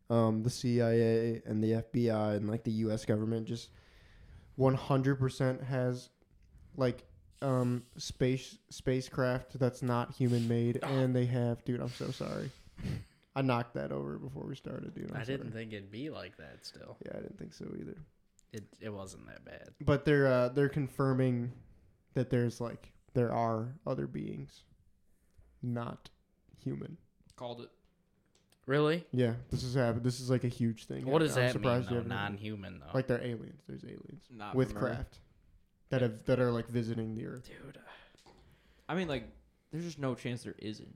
S3: um, the cia and the fbi and like the us government just 100% has like um space spacecraft that's not human made
S1: Ah.
S3: and they have dude i'm so sorry i knocked that over before we started dude I'm
S1: I
S3: sorry.
S1: didn't think it'd be like that. Still,
S3: yeah i didn't think so either
S1: it it wasn't that bad.
S3: but they're uh, they're confirming that there's like there are other beings, not human.
S4: called it.
S1: Really?
S3: Yeah, this is happened. This is like a huge thing.
S1: What does
S3: I'm
S1: that mean?
S3: surprised you
S1: Though?
S3: haven't heard of it.
S1: Non-human though.
S3: Like they're aliens. There's aliens
S4: Not
S3: with
S4: from Earth.
S3: craft that have that are like visiting the earth.
S1: dude,
S4: I mean, like there's just no chance there isn't.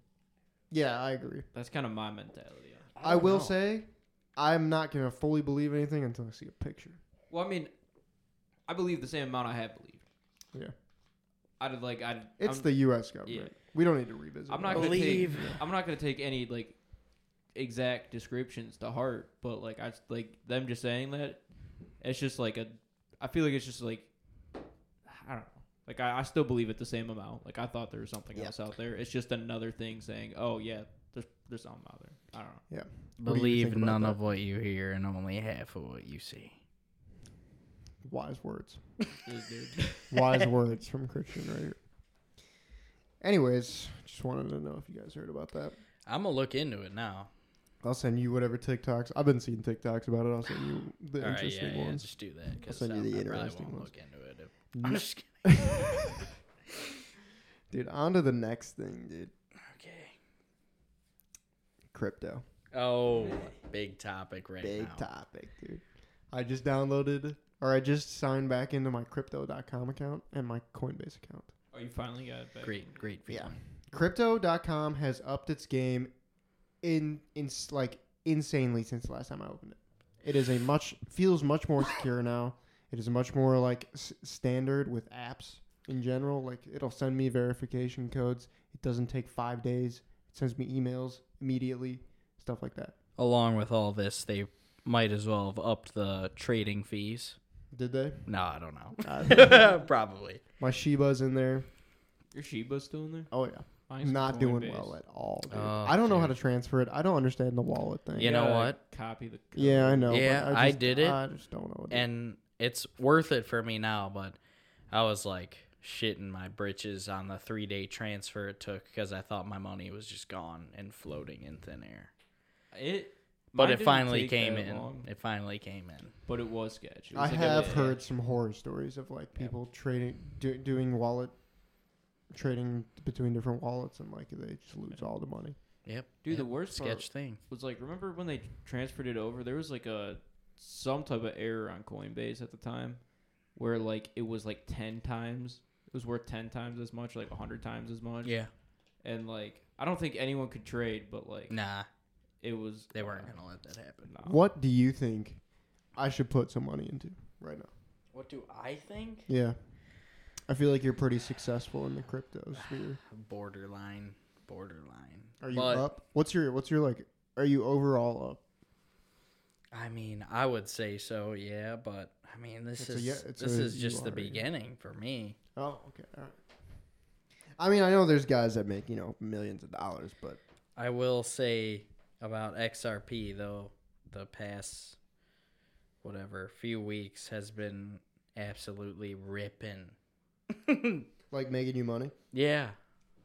S3: Yeah, I agree.
S4: That's kind of my mentality. on it.
S3: I, will say, I'm not gonna fully believe anything until I see a picture.
S4: Well, I mean, I believe the same amount I have believed.
S3: Yeah.
S4: I'd like I'd.
S3: It's
S4: I'm,
S3: the U.S. government. We don't need to revisit.
S4: I'm
S3: it.
S4: not gonna
S1: Believe.
S4: Take, I'm not gonna take any like exact descriptions to heart, but like I s- like them just saying that. It's just like a. I feel like it's just like. I don't know. Like I, I still believe it the same amount. Like I thought there was something
S3: Yeah.
S4: else out there. It's just another thing saying, "Oh yeah, there's there's something out there." I don't know.
S3: What do you
S1: believe
S3: think about
S1: none
S3: that?
S1: of what you hear and only half of what you see.
S3: Wise words.
S4: This dude.
S3: <laughs>
S1: <laughs>
S3: Wise words from Christian right here. Anyways, just wanted to know if you guys heard about that.
S1: I'm gonna look into it now.
S3: I'll send you whatever TikToks. I've been seeing TikToks about it. I'll send you the
S1: All right,
S3: interesting
S1: yeah, yeah,
S3: ones.
S1: just do that because I,
S3: send you the
S1: I
S3: interesting
S1: probably won't
S3: ones.
S1: look into it.
S3: <laughs> N-
S1: if- I'm just kidding.
S3: dude, on to the next thing, dude.
S1: Okay.
S3: Crypto.
S1: Oh, big topic right
S3: Big
S1: now.
S3: topic, dude. I just downloaded or I just signed back into my crypto.com account and my Coinbase account.
S4: Oh, you finally got it back.
S1: Great, great.
S3: Yeah.
S1: feeling.
S3: Crypto.com has upped its game in in like insanely since the last time I opened it. It is a much feels much more secure now. It is much more like s- standard with apps in general. Like it'll send me verification codes. It doesn't take five days. It sends me emails immediately. Stuff like that.
S1: Along with all this, they might as well have upped the trading fees.
S3: Did they? <laughs>
S1: No, I don't know.
S3: I
S1: <laughs> Probably.
S3: my Shiba's in there.
S4: Your Shiba's still in there?
S3: Oh yeah,
S4: Mine's
S3: not doing
S4: Coinbase.
S3: well at all. Dude.
S1: Oh,
S3: I don't know how to
S1: dude.
S3: transfer it. I don't understand the wallet thing.
S1: You know
S4: gotta
S1: what?
S4: Copy the. Code.
S3: Yeah, I know. but
S1: Yeah, I
S3: just-
S1: did it,
S3: I just don't know. What to
S1: and it's worth it for me now but i was like shitting my britches on the three day transfer it took because i thought my money was just gone and floating in thin air
S4: It.
S1: but
S4: mine
S1: it
S4: didn't
S1: finally
S4: take
S1: came
S4: that
S1: in
S4: long,
S1: it finally came in
S4: but it was sketchy. It
S3: I
S4: was like a
S3: have
S4: bit-
S3: heard some horror stories of like people trading, do, doing wallet trading between different wallets, and like they just lose all the money.
S1: yep
S4: Dude, the
S1: yep.
S4: worst part
S1: sketch thing
S4: was like remember when they transferred it over there was like a some type of error on coinbase at the time where like it was like 10 times it was worth 10 times as much like 100 times as much
S1: yeah
S4: and like i don't think anyone could trade but like
S1: nah
S4: it was uh,
S1: they weren't gonna let that happen
S4: nah.
S3: What do you think I should put some money into right now?
S1: what do i think
S3: Yeah, I feel like you're pretty successful in the crypto sphere.
S1: borderline borderline
S3: Are you
S1: But,
S3: up? What's your What's your like? Are you overall up?
S1: i mean i would say so yeah but i mean this
S3: It's a
S1: is
S3: yeah- it's
S1: this
S3: a
S1: is
S3: you
S1: just the
S3: are, yeah.
S1: beginning for me
S3: Oh, okay, all right. I mean, I know there's guys that make you know millions of dollars, but
S1: I will say about XRP though, the past whatever few weeks has been absolutely ripping.
S3: like making you money.
S1: <laughs> yeah.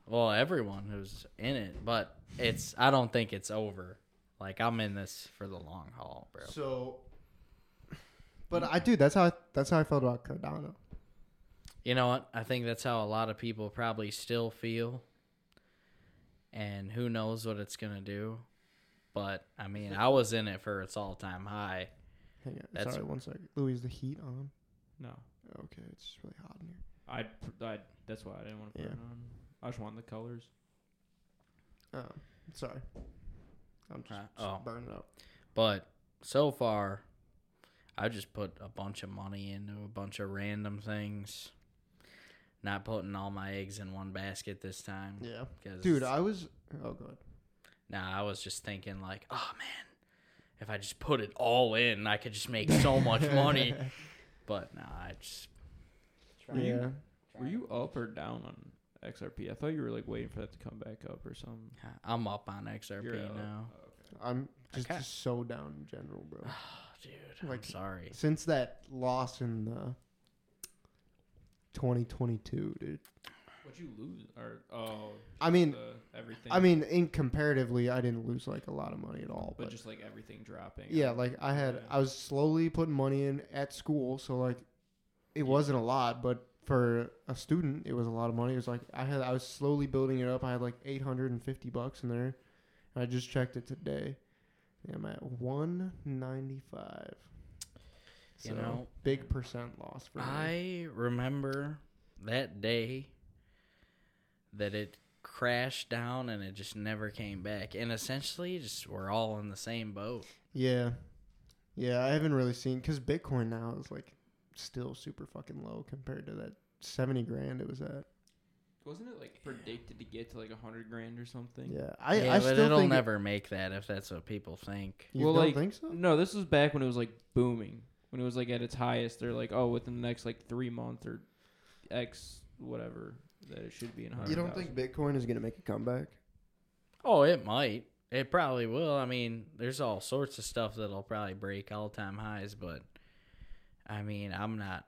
S1: Well, everyone who's in it, but it's I don't think it's over. Like I'm in this for the long haul, bro.
S3: So, but I do. That's how that's how I felt about Cardano.
S1: You know what? I think that's how a lot of people probably still feel. And who knows what it's going to do. But I mean, I was in it for its all-time high.
S3: Hang on,
S1: That's-
S3: sorry, one second. Louis, is the heat on?
S4: no
S3: Okay, it's just really hot in here.
S4: i i that's why i didn't want to put
S3: Yeah.
S4: it on i just wanted the colors
S3: Oh, sorry. I'm just,
S1: Huh?
S3: just
S1: Oh.
S3: burning up.
S1: But so far, I just put a bunch of money into a bunch of random things. Not putting all my eggs in one basket Mm. this time.
S3: Yeah,
S1: 'cause-
S3: dude, I was. Oh god.
S1: nah, I was just thinking like, oh man, if I just put it all in, I could just make so much money.
S3: <laughs>
S1: But nah, I just
S3: yeah.
S4: were you up or down on xrp i thought you were like waiting for that to come back up or something
S1: I'm up on XRP
S4: You're Oh, out.
S1: now,
S3: I'm just,
S1: Okay.
S3: just so down in general, bro.
S1: dude. I'm
S3: Oh, Like-
S1: sorry.
S3: Since that loss in uh, 2022, dude.
S4: what you lose or oh
S3: I mean,
S4: the, everything
S3: I mean, in comparatively, I didn't lose like a lot of money at all,
S4: but
S3: but
S4: just like everything dropping
S3: Yeah, like I had,
S4: Yeah.
S3: I was slowly putting money in at school, so like, it wasn't a lot, but for a student, it was a lot of money. It was like I had, I was slowly building it up. I had like eight hundred and fifty bucks in there, and I just checked it today. and I'm at one ninety five. So
S1: You know,
S3: big percent loss for me.
S1: I remember that day that it crashed down and it just never came back. And essentially, just we're all in the same boat.
S3: Yeah, yeah, I haven't really seen because Bitcoin now is like still super fucking low compared to that seventy grand it was at.
S4: Wasn't it like predicted to get to like a hundred grand or something?
S3: Yeah, I,
S1: yeah,
S3: I
S1: but
S3: still
S1: it'll
S3: think it-
S1: never make that if that's what people think.
S3: You
S4: Well,
S3: don't
S4: like,
S3: think so?
S4: No, this was back when it was like booming. When it was like at its highest, they're like, oh, within the next like three months or X whatever that it should be in.
S3: You don't think Bitcoin is gonna make a comeback?
S1: Oh, it might. It probably will. I mean, there's all sorts of stuff that'll probably break all time highs, but I mean, I'm not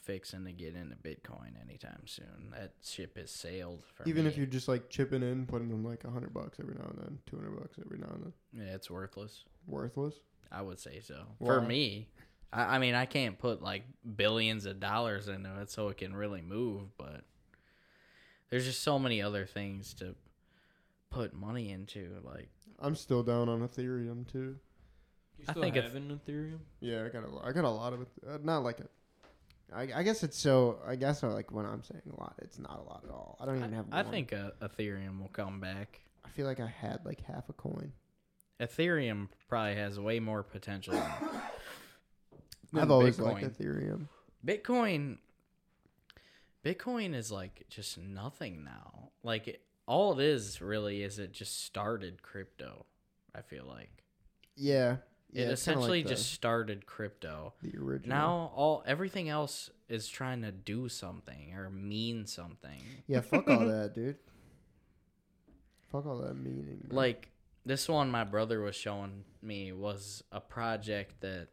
S1: fixing to get into Bitcoin anytime soon. That ship has sailed. For
S3: Even
S1: me.
S3: if you're just like chipping in, putting in like hundred bucks every now and then, two hundred bucks every now and then,
S1: yeah, it's worthless.
S3: worthless.
S1: I would say so. For
S3: Why?
S1: me, I, I mean, I can't put like billions of dollars into it so it can really move, but there's just so many other things to put money into. Like,
S3: I'm still down on Ethereum too.
S4: You
S1: I
S4: still
S1: think it's-
S4: have an Ethereum.
S3: Yeah, I got a, lo- I got a lot of it. Uh, not like a. I, I guess it's so. I guess uh, like when I'm saying a lot, it's not a lot at all. I don't even
S1: I,
S3: have.
S1: I
S3: one.
S1: think uh, Ethereum will come back.
S3: I feel like I had like half a coin.
S1: Ethereum probably has way
S3: <coughs>
S1: more potential. Than, than
S3: I've always
S1: Bitcoin.
S3: liked Ethereum.
S1: Bitcoin Bitcoin is like just nothing now. Like it, all it is really is it just started crypto. I feel like
S3: Yeah. yeah
S1: it
S3: it's kinda
S1: essentially
S3: like the-
S1: just started crypto.
S3: the original.
S1: Now all everything else is trying to do something or mean something.
S3: Yeah, fuck <laughs> all that, dude. Fuck all that meaning. bro.
S1: Like this one my brother was showing me was a project that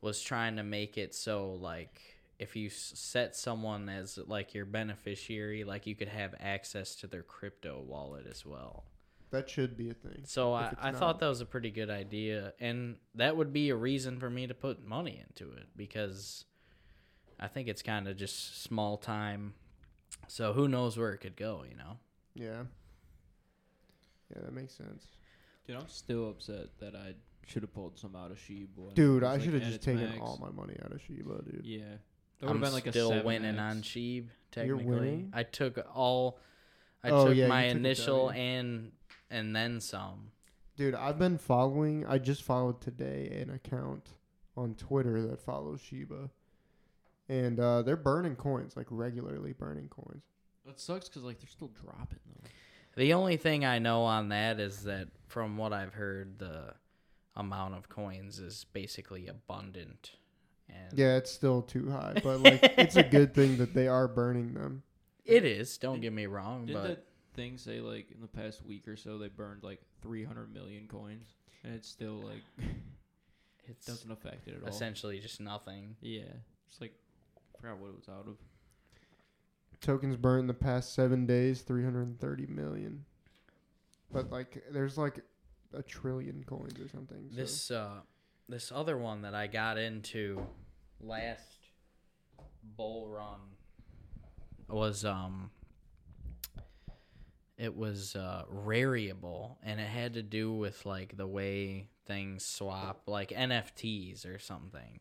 S1: was trying to make it so like if you s- set someone as like your beneficiary, like you could have access to their crypto wallet as well.
S3: that should be a thing.
S1: So
S3: If
S1: I,
S3: it's
S1: I
S3: not-
S1: thought that was a pretty good idea, and that would be a reason for me to put money into it because I think it's kind of just small time. So who knows where it could go, you know?
S3: Yeah. Yeah, that makes sense.
S4: Dude, I'm still upset that I should have pulled some out of Sheeb. when it
S3: Dude,
S4: was,
S3: I
S4: Uh, like,
S3: should have
S4: at
S3: just
S4: its
S3: taken
S4: max.
S3: all my money out of Shiba, dude.
S4: Yeah, that
S1: I'm
S4: would've been like a
S1: still
S4: 7X.
S1: winning on Sheeb. Technically,
S3: winning?
S1: I took all. I
S3: Oh,
S1: took
S3: yeah, you
S1: my
S3: took a
S1: initial
S3: W.
S1: and and then some.
S3: Dude, I've been following. I just followed today an account on Twitter that follows Shiba, and uh, they're burning coins like regularly burning coins.
S4: That sucks because like they're still dropping though.
S1: The only thing I know on that is that from what I've heard, the amount of coins is basically abundant. And
S3: Yeah, it's still too high, but like it's a good thing that they are burning them.
S1: It is. Don't get me wrong,
S4: Didn't
S1: but
S4: that thing say like in the past week or so they burned like 300 million coins and it's still like
S1: it's
S4: doesn't affect it at all.
S1: essentially just nothing.
S4: Yeah, it's like I forgot what it was out of.
S3: Tokens burned in the past seven days, three hundred and thirty million. But like, there's like a trillion coins or something. So.
S1: This uh, this other one that I got into last bull run was um, it was uh, rareable, and it had to do with like the way things swap, like NFTs or something.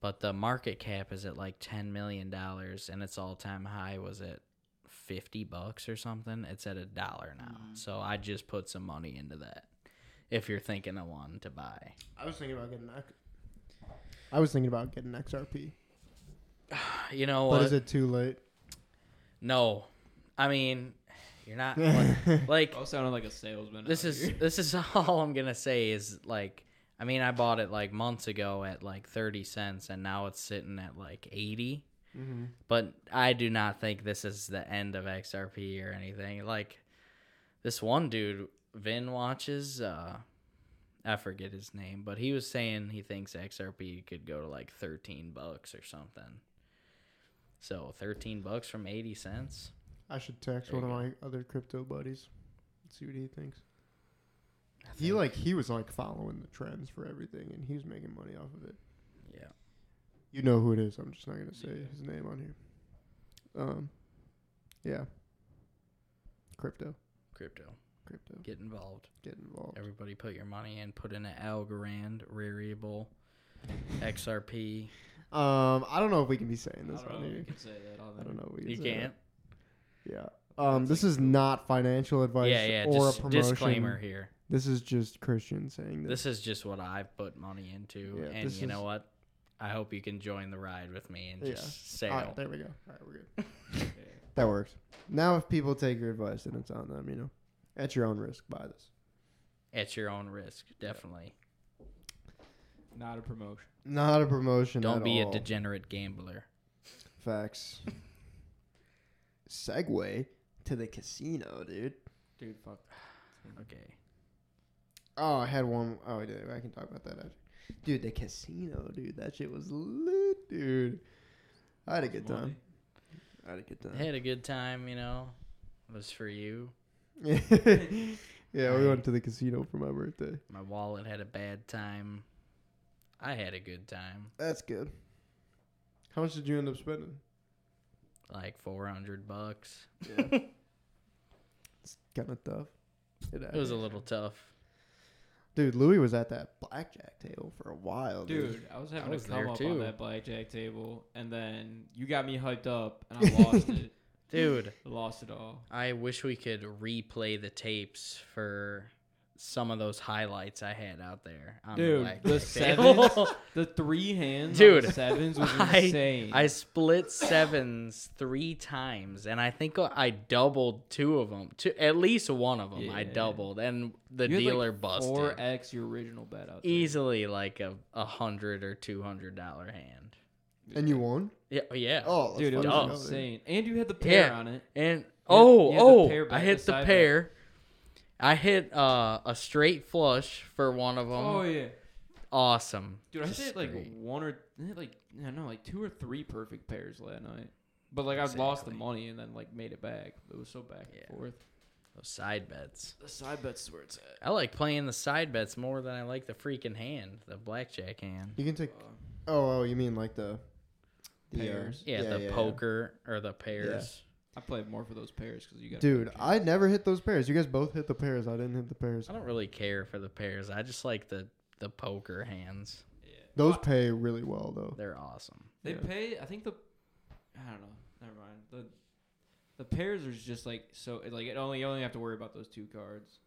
S1: But the market cap is at like ten million dollars, and its all-time high was at fifty bucks or something. It's at a dollar now, so I just put some money into that if you're thinking of one to buy.
S3: I was thinking about getting. X- I was thinking about getting XRP,
S1: You know
S3: but
S1: what?
S3: is it too late?
S1: no, I mean, you're
S4: Uh,
S3: <laughs>
S1: not like- like
S4: I was sounding like a salesman.
S1: this
S4: out
S1: is <laughs>
S4: here.
S1: this is all I'm gonna say is like I mean I bought it like months ago at like thirty cents and now it's sitting at like eighty.
S3: Mm-hmm.
S1: But I do not think this is the end of XRP or anything. Like this one dude Vin watches. uh I forget his name, but he was saying he thinks XRP could go to like 13 bucks or something. So 13 bucks from 80 cents.
S3: I should text
S1: There
S3: one
S1: you
S3: of my other crypto buddies, see what he thinks. He like he was like following the trends for everything, and he was making money off of it.
S1: Yeah.
S3: You know who it is. I'm just not gonna say
S4: Yeah.
S3: his name on here. Um, yeah. Crypto,
S1: Crypto.
S3: crypto,
S1: Get involved.
S3: get involved.
S1: Everybody put your money in. Put in an Algorand, Rariable, XRP.
S3: Um, I don't know if we can be saying
S4: I
S3: this
S4: don't know
S3: on
S4: if you
S3: here.
S4: can say that. on
S3: I don't
S4: there.
S3: know. If we can
S1: You
S3: say
S1: can't.
S3: that. Yeah. Um,
S4: That's
S3: this
S4: like
S3: is
S4: cool.
S3: not financial advice
S1: Yeah, yeah.
S3: or
S1: Dis-
S3: a promotion.
S1: disclaimer here.
S3: This is just Christian saying this.
S1: This is just what I've put money into,
S3: Yeah,
S1: and
S3: this
S1: you know
S3: is-
S1: what? I hope you can join the ride with me and
S3: Yeah.
S1: just sail.
S3: All right, there we go. All right, we're good.
S4: Yeah.
S3: That works. Now, if people take your advice, then it's on them. You know, at your own risk, buy this.
S1: at your own risk. Definitely.
S4: Not a promotion.
S3: Not a promotion.
S1: Don't
S3: at
S1: be
S3: all.
S1: a degenerate gambler.
S3: Facts. Segue to the casino, dude.
S4: Dude, <sighs> fuck.
S1: Okay.
S3: Oh, I had one oh I did. I can talk about that after. Dude, the casino, dude. That shit was lit, dude. I had a good
S4: Monday.
S3: time. I had a good
S1: I had a good time, you know. It was for you.
S3: <laughs> time. yeah, we
S1: I-
S3: went to the casino for my birthday.
S1: My wallet had a bad time. I had a good time,
S3: That's good. How much did you end up spending?
S1: like 400 bucks.
S3: Yeah. it's kind of tough.
S1: It was a little tough.
S3: Dude, Louis was at that blackjack table for a while, dude.
S4: Dude, I was having
S1: was
S4: to
S1: there
S4: come up
S1: too.
S4: on that blackjack table, and then you got me hyped up, and I lost it. <laughs>
S1: Dude,
S4: I lost it all.
S1: I wish we could replay the tapes for some of those highlights I had out there. On
S4: Dude,
S1: black <laughs>
S4: the
S1: table.
S4: sevens, the three hands,
S1: Dude,
S4: dude, sevens was
S1: <laughs> I-
S4: insane.
S1: I split sevens three times, and I think I doubled two of them. Two, at least one of them I
S4: Yeah.
S1: doubled, and the
S4: You had, like,
S1: dealer busted
S4: four x your original bet out. there.
S1: easily like a, a hundred or two hundred dollar hand.
S3: And you won?
S1: Yeah, yeah.
S3: Oh, let's
S4: dude, it was
S3: fucking
S1: dumb.
S3: go,
S4: insane. And you had the pair
S1: Yeah.
S4: on it.
S1: And
S4: had- you
S1: oh,
S4: had the pair
S1: oh,
S4: back,
S1: I hit
S4: the
S1: the
S4: side back.
S1: pair. I hit uh, a straight flush for one of them.
S4: Oh yeah,
S1: Awesome,
S4: dude, I
S1: Just
S4: hit like
S1: great.
S4: one or I hit, like I don't know, like two or three perfect pairs that night. But like I lost the
S1: Exactly.
S4: money and then like made it back. It was so back and
S1: Yeah.
S4: forth.
S1: Those side bets.
S4: The side bets is where it's at.
S1: I like playing the side bets more than I like the freaking hand, the blackjack hand.
S3: You can take.
S4: Uh,
S3: Oh, oh, you mean like the. the uh,
S4: Pairs.
S1: Yeah, the poker or the pairs.
S4: I played more for those pairs because you got.
S3: Dude, I never hit those pairs. You guys both hit the pairs. I didn't hit the pairs.
S1: I don't really care for the pairs. I just like the the poker hands.
S3: Those pay really well, though.
S1: They're awesome.
S4: They
S3: Yeah.
S4: pay. I think the. I don't know. Never mind. The the pairs are just like so. it- Like it only you only have to worry about those two cards.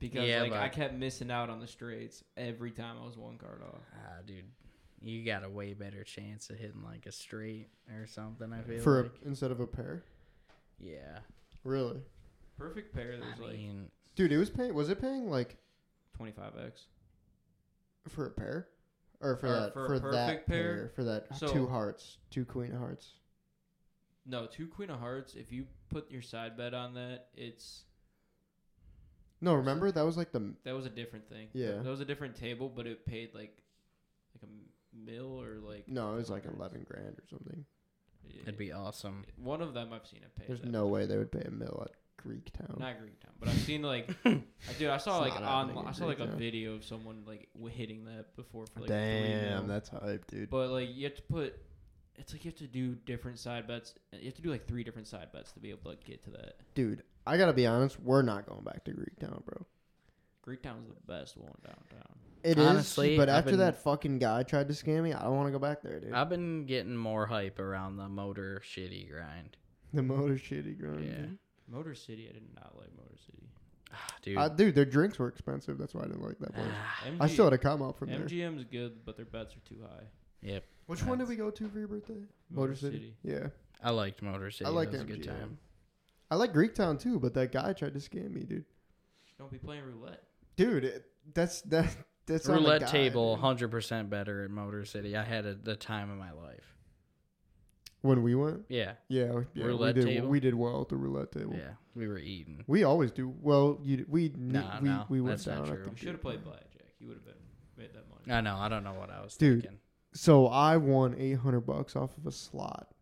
S4: Because
S1: Yeah,
S4: like I
S1: but-
S4: kept missing out on the straights every time I was one card off.
S1: Ah, dude, you got a way better chance of hitting like a straight or something. I feel
S3: For
S1: like.
S3: a, instead of a pair?
S1: yeah.
S3: Really?
S4: Perfect pair. There's
S1: I
S4: like
S1: mean,
S3: Dude, it was paying. Was it paying like
S4: twenty five x.
S3: for a pair, or for
S4: Or
S3: that
S4: for
S3: for,
S4: a
S3: that
S4: perfect
S3: pair,
S4: pair?
S3: for that
S4: So-
S3: two hearts, two queen of hearts.
S4: No, two queen of hearts. If you put your side bet on that, it's
S3: No, remember that was like the
S4: that was a different thing. Th-
S3: Yeah.
S4: that was a different table, but it paid like like a mill or like
S3: no, it was like eleven grand or something.
S4: yeah.
S1: it'd be awesome.
S4: one of them I've seen it pay.
S3: There's
S4: that
S3: no way they would pay a mill at Greek Town.
S4: not Greek town, but I've seen
S3: <laughs>
S4: like, I- dude, I saw
S3: Oh. It's
S4: like
S3: not happening
S4: on,
S3: in
S4: I saw like a
S3: Greektown.
S4: video of someone like w- hitting that before for like three
S3: Damn,
S4: mil.
S3: that's hype, dude.
S4: But like you have to put, it's like you have to do different side bets. You have to do like three different side bets to be able to get to that.
S3: Dude, I gotta be honest, we're not going back to Greek Town, bro.
S4: Greek town is the best one downtown.
S3: It is,
S1: Honestly,
S3: but
S1: I've
S3: after
S1: been-
S3: that fucking guy tried to scam me, I don't want to go back there, dude.
S1: I've been getting more hype around the motor shitty grind.
S3: the motor shitty grind.
S1: Yeah.
S3: dude.
S4: Motor City, I did not like Motor City.
S1: Ah, dude.
S3: I, dude, their drinks were expensive. That's why I didn't like that
S4: <sighs>
S3: place.
S1: Ah,
S4: MG,
S3: <sighs> I still had a come out from there.
S4: MGM's good, but their bets are too high.
S1: yep.
S3: Which one did we go to for your birthday? Motor City. Yeah.
S1: I liked Motor City.
S3: I like
S1: that was
S3: MGM.
S1: a good time.
S3: I like Greek Town too, but that guy tried to scam me, dude.
S4: Don't be playing roulette.
S3: Dude, it, that's that <laughs> that's on the
S1: Roulette
S3: guy,
S1: table,
S3: dude.
S1: hundred percent better at Motor City. I had a, the time of my life.
S3: When we went,
S1: Yeah,
S3: yeah, we- yeah
S1: Roulette
S3: we did
S1: table?
S3: we did well at the roulette table.
S1: yeah, we were eating.
S3: We always do well. You we ne-
S1: Nah,
S3: we,
S1: no,
S3: we went
S1: that's
S3: down.
S1: not
S3: at
S1: true.
S3: the
S4: We should have
S3: beginning.
S4: played blackjack. You would have been made that money.
S1: I know. I don't know what I was
S3: Dude.
S1: thinking.
S3: So I won eight hundred bucks off of a slot,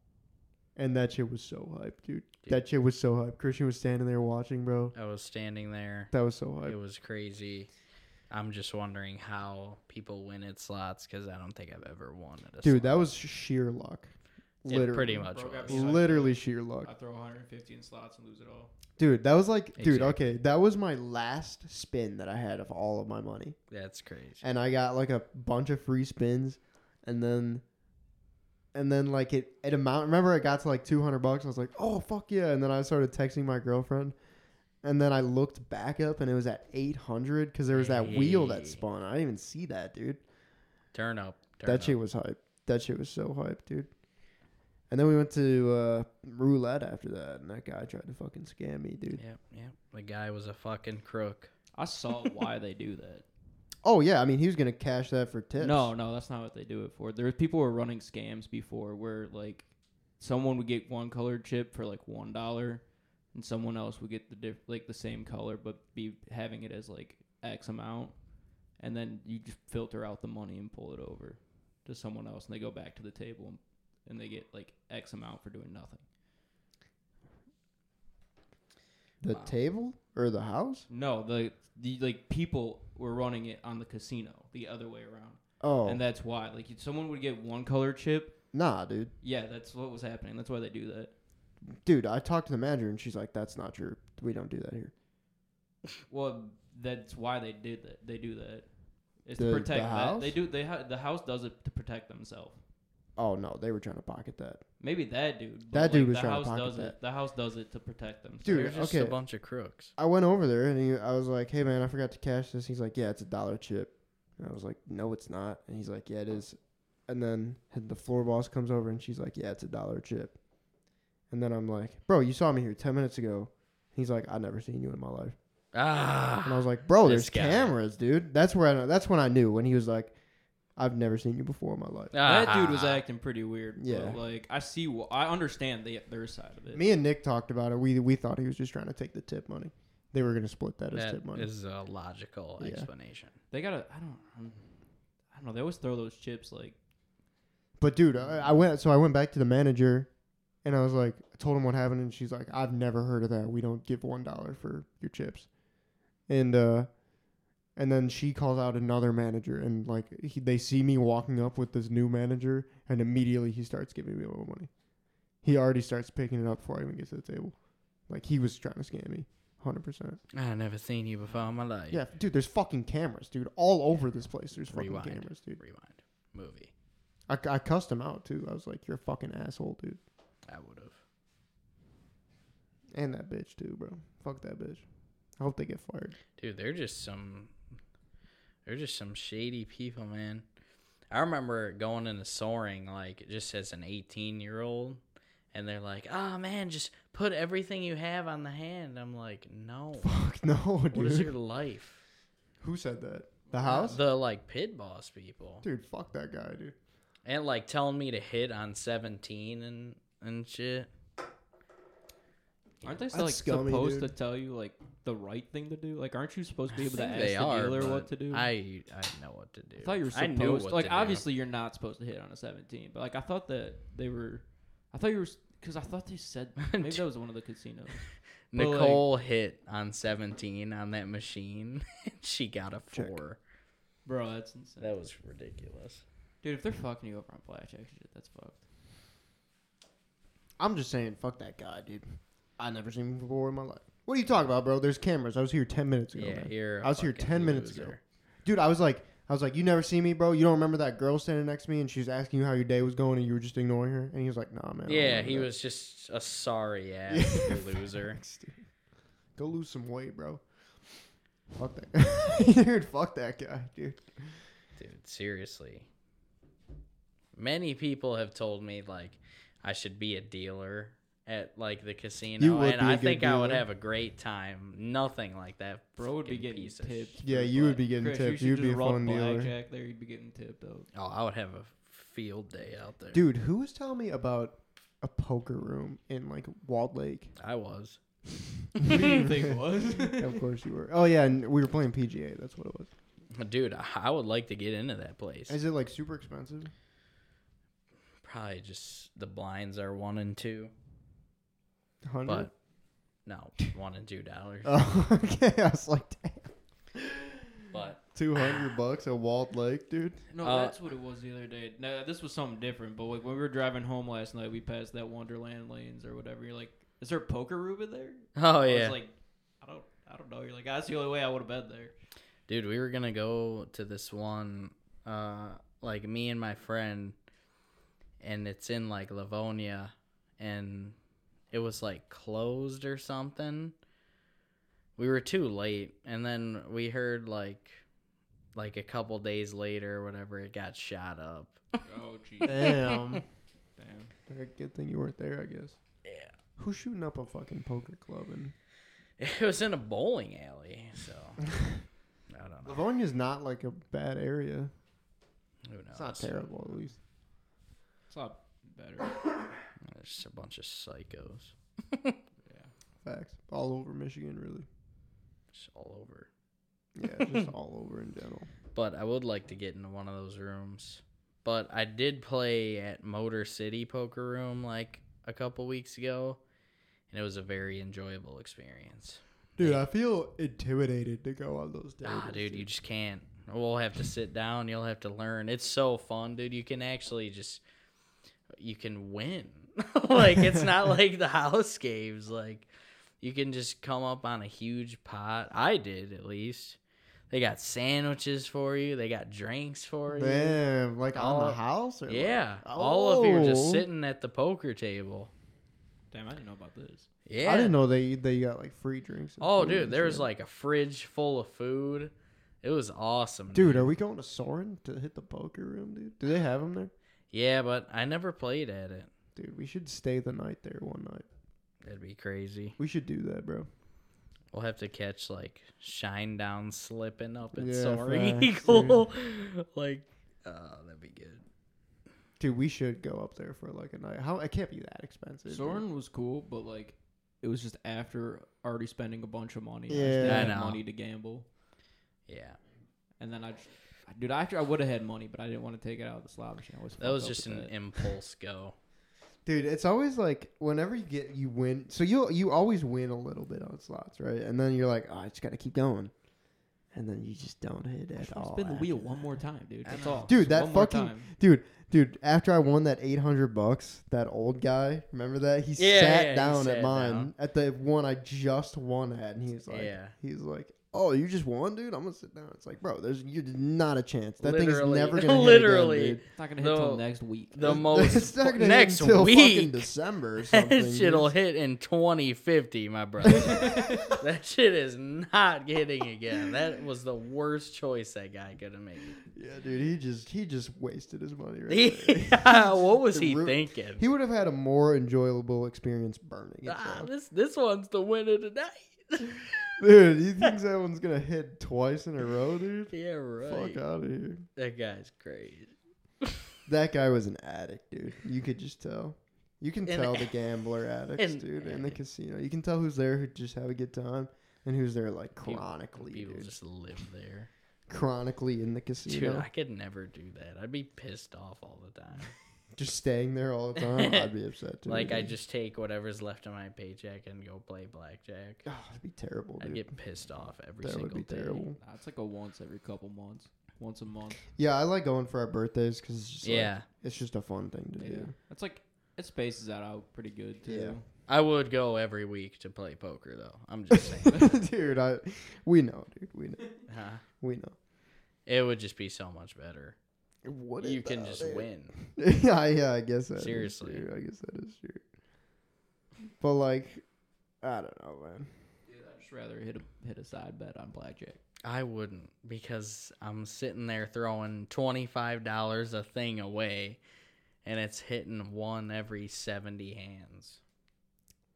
S3: and that shit was so hype, dude.
S1: Dude.
S3: That shit was so hype. Christian was standing there watching, bro.
S1: I was standing there.
S3: That was so hype.
S1: It was crazy. I'm just wondering how people win at slots because I don't think I've ever won at a
S3: dude,
S1: slot.
S3: that was sheer luck.
S1: It
S3: Literally,
S1: pretty much
S4: Broke out
S1: was.
S4: the-
S3: literally sheer luck.
S4: I throw 150 in slots and lose it all.
S3: Dude, that was like, dude,
S1: Exactly.
S3: okay, that was my last spin that I had of all of my money.
S1: That's crazy.
S3: And I got like a bunch of free spins and then and then like it it amount remember it got to like 200 bucks. I was like, "Oh, fuck yeah." And then I started texting my girlfriend. And then I looked back up and it was at 800 cuz there was that wheel
S1: Hey.
S3: that spun. I didn't even see that, dude.
S1: Turn up. Turn
S3: that
S1: up.
S3: shit was hype. That shit was so hype, dude. And then we went to uh, roulette after that, and that guy tried to fucking scam me, dude.
S1: Yep, yep. The guy was a fucking crook.
S4: I saw why they do that.
S3: Oh yeah, I mean he was gonna cash that for tips.
S4: No, no, that's not what they do it for. There was people who were running scams before where like someone would get one colored chip for like one dollar, and someone else would get the diff- like the same color but be having it as like X amount, and then you just filter out the money and pull it over to someone else, and they go back to the table and and they get like X amount for doing nothing.
S3: The
S4: Wow.
S3: table or the house?
S4: No, the the like people were running it on the casino the other way around,
S3: Oh,
S4: and that's why like if someone would get one color chip.
S3: nah, dude.
S4: Yeah, that's what was happening. That's why they do that.
S3: Dude, I talked to the manager and she's like, "That's not true. We don't do that here."
S4: Well, that's why they did that. They do that. It's to
S3: The- the
S4: protect that.
S3: house?
S4: They do. They ha- the house does it to protect themselves.
S3: Oh no, they were trying to pocket that.
S4: Maybe that dude. but,
S3: That
S4: like,
S3: dude was
S4: the
S3: trying to
S4: house
S3: pocket
S4: does
S3: that.
S4: It, the house does it to protect themselves.
S1: They're
S3: Dude,
S1: just a
S3: okay.
S1: bunch of crooks.
S3: I went over there and he, I was like, "Hey man, I forgot to cash this." He's like, "Yeah, it's a dollar chip." And I was like, "No, it's not." And he's like, "Yeah, it is." And then the floor boss comes over and she's like, "Yeah, it's a dollar chip." And then I'm like, "Bro, you saw me here ten minutes ago." He's like, "I've never seen you in my life." And I
S1: Ah,
S3: was like, "Bro,
S1: This
S3: there's
S1: guy.
S3: cameras, dude." That's where I know. That's when I knew when he was like, "I've never seen you before in my life."
S4: That dude was
S1: Ah.
S4: acting pretty weird.
S3: Yeah.
S4: But, like I see. wh- I understand the, their side of it.
S3: Me and Nick talked about it. We we thought he was just trying to take the tip money. They were gonna split that as
S1: That
S3: tip money.
S1: is a logical
S3: Yeah.
S1: explanation.
S4: They gotta. I don't. I'm, I don't know. They always throw those chips like.
S3: But dude, I, I went so I went back to the manager, and I was like, I told him what happened, and she's like, I've never heard of that. We don't give one dollar for your chips, and uh, and then she calls out another manager, and like he, they see me walking up with this new manager, and immediately he starts giving me more money. He already starts picking it up before I even get to the table. Like he was trying to scam me, hundred percent.
S1: I never seen you before in my life.
S3: Yeah, dude. There's fucking cameras, dude, all over this place. There's fucking
S1: Rewind.
S3: cameras, dude.
S1: Rewind movie.
S3: I, I cussed him out too. I was like, "You're a fucking asshole, dude."
S1: I would have.
S3: And that bitch too, bro. Fuck that bitch. I hope they get fired. <laughs>
S1: Dude, they're just some. They're just some shady people, man. I remember going into soaring like just as an 18 year old, and they're like, "Oh man, just put everything you have on the hand." I'm like,
S4: <laughs>
S1: "No,
S3: Fuck no, dude.
S1: what is your life?"
S3: Who said that? The house?
S1: The like pit boss people,
S3: Dude, fuck that guy, dude.
S1: and like telling me to hit on 17 and and shit.
S4: Aren't they
S3: That's
S4: still, like
S3: scummy,
S4: supposed
S3: dude.
S4: to tell you like the right thing to do? Like, aren't you supposed to be able to
S1: think
S4: ask the dealer
S1: but
S4: what to do?
S1: I I know what to do.
S4: I thought you were
S1: I
S4: supposed
S1: knew what
S4: like
S1: to do.
S4: obviously you're not supposed to hit on a 17, but like I thought that they were. I thought you were because I thought they said <laughs> maybe that was one of the casinos. but, like-
S1: Nicole hit on 17 on that machine. <laughs> and she got a
S3: Check.
S1: four.
S4: Bro, that's insane,
S1: That was ridiculous.
S4: dude. If they're fucking you over on blackjack shit, that's fucked.
S3: I'm just saying, fuck that guy, dude. I never seen him before in my life. What are you talking about, bro? There's cameras. I was here ten minutes ago,
S1: Yeah,
S3: man.
S1: you're. a
S3: I was here
S1: fucking
S3: 10 minutes
S1: loser.
S3: ago. Dude, I was like, I was like, you never see me, bro. You don't remember that girl standing next to me, and she was asking you how your day was going, and you were just ignoring her. And he was like, Nah, man. I don't
S1: Yeah,
S3: remember
S1: he
S3: that." <laughs>
S1: was just a sorry ass loser.
S3: Thanks, dude. Go lose some weight, bro. Fuck that <laughs> guy, dude. Fuck that guy, dude.
S1: Dude, seriously. Many people have told me like I should be a dealer at like the casino,
S3: You would
S1: and
S3: be a
S1: I
S3: good
S1: think I would
S3: dealer.
S1: have a great time. Nothing like that.
S4: Bro would be
S1: fucking
S4: getting
S1: piece of
S4: tipped.
S1: shit.
S3: Yeah,
S4: for
S3: you would be
S4: black-
S3: getting
S4: Chris,
S3: tipped.
S4: You should
S3: You'd be
S4: just
S3: a
S4: run
S3: fun dealer.
S4: blackjack there. You'd be getting tipped
S3: <laughs>
S4: though.
S1: Oh, I would have a field day out there.
S3: Dude, who was telling me about a poker room in like Wald <laughs> Lake?
S1: I was.
S4: What do you think it was?
S3: of course you were. Oh yeah, and we were playing PGA. That's what it was.
S1: Dude, I- I would like to get into that place.
S3: Is it like super expensive?
S1: Probably just the blinds are one and two,
S3: Hundred.
S1: but
S3: <laughs>
S1: no, one and two dollars.
S3: Oh, <laughs> okay. I was like, damn.
S1: But
S3: Two hundred bucks at Wald Lake, dude.
S4: No,
S1: Uh,
S4: that's what it was the other day. No, this was something different. But like when we were driving home last night, we passed that Wonderland Lanes or whatever. You're like, is there a poker room in there?
S1: oh
S4: I
S1: yeah,
S4: was like, I don't, I don't know. You're like, that's the only way I would have been there.
S1: dude, we were gonna go to this one, uh, like me and my friend, and it's in like Livonia, and it was like closed or something. We were too late, and then we heard like, like a couple days later, or whatever, it got shot up. <laughs>
S4: Oh, gee,
S3: <laughs> Damn.
S4: damn.
S3: Good thing you weren't there, I guess.
S1: Yeah.
S3: Who's shooting up a fucking poker club? And
S1: It was in a bowling alley,
S3: <laughs>
S1: so I don't know.
S3: Livonia's not like a bad area.
S1: Who knows?
S3: It's not terrible, at least.
S4: It's a lot better.
S1: There's just a bunch of psychos
S4: Yeah.
S3: Facts. All over Michigan, really.
S1: just all over.
S3: <laughs> Yeah, just all over in general.
S1: But I would like to get into one of those rooms. but I did play at Motor City Poker Room like a couple weeks ago, and it was a very enjoyable experience.
S3: Dude, I feel intimidated to go on those
S1: Ah, dude, you just can't. We'll have to sit down. You'll have to learn. It's so fun, dude. You can actually just you can win. <laughs> like
S3: <laughs>
S1: it's not like the house games. Like you can just come up on a huge pot. I did at least. They got sandwiches for you. They got drinks for you.
S3: Damn, like on
S1: All-
S3: the house? Or like-
S1: Yeah, all of you are just
S3: Oh.
S1: sitting at the poker table.
S4: Damn, I didn't know about this.
S1: Yeah,
S3: I didn't know they they got like free drinks. and
S1: Oh,
S3: food
S1: dude,
S3: and
S1: there was
S3: shit.
S1: like a fridge full of food. It was awesome,
S3: Dude, are we going to Soren to hit the poker room, dude? Do they have them there?
S1: Yeah, but I never played at it.
S3: Dude, we should stay the night there one night.
S1: That'd be crazy.
S3: We should do that, bro.
S1: We'll have to catch like Shine Down slipping up at
S3: Yeah,
S1: Soaring
S3: facts,
S1: Eagle. <laughs> like, oh, that'd be good.
S3: Dude, we should go up there for like a night. How it can't be that expensive. dude.
S4: Soren was cool, but like it was just after already spending a bunch of money.
S3: Yeah.
S4: I, just
S1: I
S4: didn't
S1: know.
S4: have money to gamble,
S1: Yeah,
S4: and then I, just, dude, I actually I would have had money, but I didn't want to take it out of the slot machine. I was
S1: that was
S4: fucked up
S1: just
S4: with
S1: an
S4: that.
S1: impulse go.
S3: Dude, it's always like whenever you get you win, so you you always win a little bit on slots, right? And then you're like, oh, I just got to keep going, and then you just don't hit
S4: I
S3: at
S4: just wanna
S3: all.
S4: spin the
S3: after
S4: wheel
S3: that.
S4: one more time, dude.
S1: I
S4: That's
S1: know.
S4: all,
S3: Dude,
S4: Just
S3: that
S4: one more
S3: fucking-
S4: time.
S3: dude. Dude, after I won that eight hundred bucks, that old guy, remember that he
S1: Yeah,
S3: sat
S1: yeah, he
S3: down at
S1: sat
S3: mine
S1: down.
S3: at the one I just won at, and he was like,
S1: Yeah.
S3: he was like, oh, you just won, dude. I'm gonna sit down. It's like, bro, there's you're not a chance. <laughs> That thing is
S1: Literally. <laughs>
S3: never gonna
S1: Literally.
S3: hit again, dude.
S4: It's not gonna hit till
S1: No.
S4: next week.
S3: <laughs>
S1: The
S3: It's-
S1: most
S3: it's not gonna hit
S1: next
S3: until fucking <laughs>
S1: week. <laughs>
S3: December or something.
S1: That
S3: dude.
S1: shit'll hit in 2050, my
S3: <laughs>
S1: brother. <laughs> that shit is not getting again. That was the worst choice that guy could have made. <laughs>
S3: Yeah, dude, he just he just wasted his money. Right there. <laughs>
S1: Yeah, <laughs> what was he
S3: Ru-
S1: thinking?
S3: He would have had a more enjoyable experience burning. It,
S1: Ah,
S3: though.
S1: this this one's the winner tonight. <laughs>
S3: dude, you think that one's gonna hit twice in a row, dude?
S1: yeah, right.
S3: Fuck out of here.
S1: That guy's crazy.
S3: That guy was an addict, dude. You could just tell. You can
S1: An
S3: tell the
S1: <laughs> addict.
S3: gambler addicts,
S1: An
S3: dude, in the
S1: addict.
S3: casino. You can tell who's there who just have a good time and who's there like
S1: People-
S3: chronically,
S1: People
S3: dude.
S1: just live there.
S3: chronically in the
S1: Dude,
S3: casino,
S1: I could never do that. I'd be pissed off all the time.
S3: just staying there all the time. I'd be
S1: <laughs>
S3: upset too.
S1: like
S3: <laughs>
S1: I
S3: dude.
S1: just take whatever's left of my paycheck and go play blackjack.
S3: oh, it'd be terrible, dude.
S1: I'd get pissed off every
S3: that
S1: single
S3: would be
S1: day.
S3: terrible.
S4: Nah, it's like a once every couple months, once a month.
S3: Yeah, I like going for our birthdays because it's just like,
S1: Yeah,
S3: it's just a fun thing to
S4: Yeah,
S3: do.
S4: it's like it spaces that out pretty good too.
S3: Yeah.
S1: I would go every week to play poker though. I'm
S3: <laughs>
S1: just saying,
S3: dude, I we know, dude, we know,
S1: Huh?
S3: we know.
S1: it would just be so much better.
S3: What uh,
S1: you can just win.
S3: <laughs> yeah, yeah, I guess that is
S1: Seriously.
S3: true. I guess that is true. But like, I don't know, man.
S4: Dude, I'd just rather hit a hit a side bet on blackjack.
S1: I wouldn't because I'm sitting there throwing twenty five dollars a thing away, and it's hitting one every seventy hands.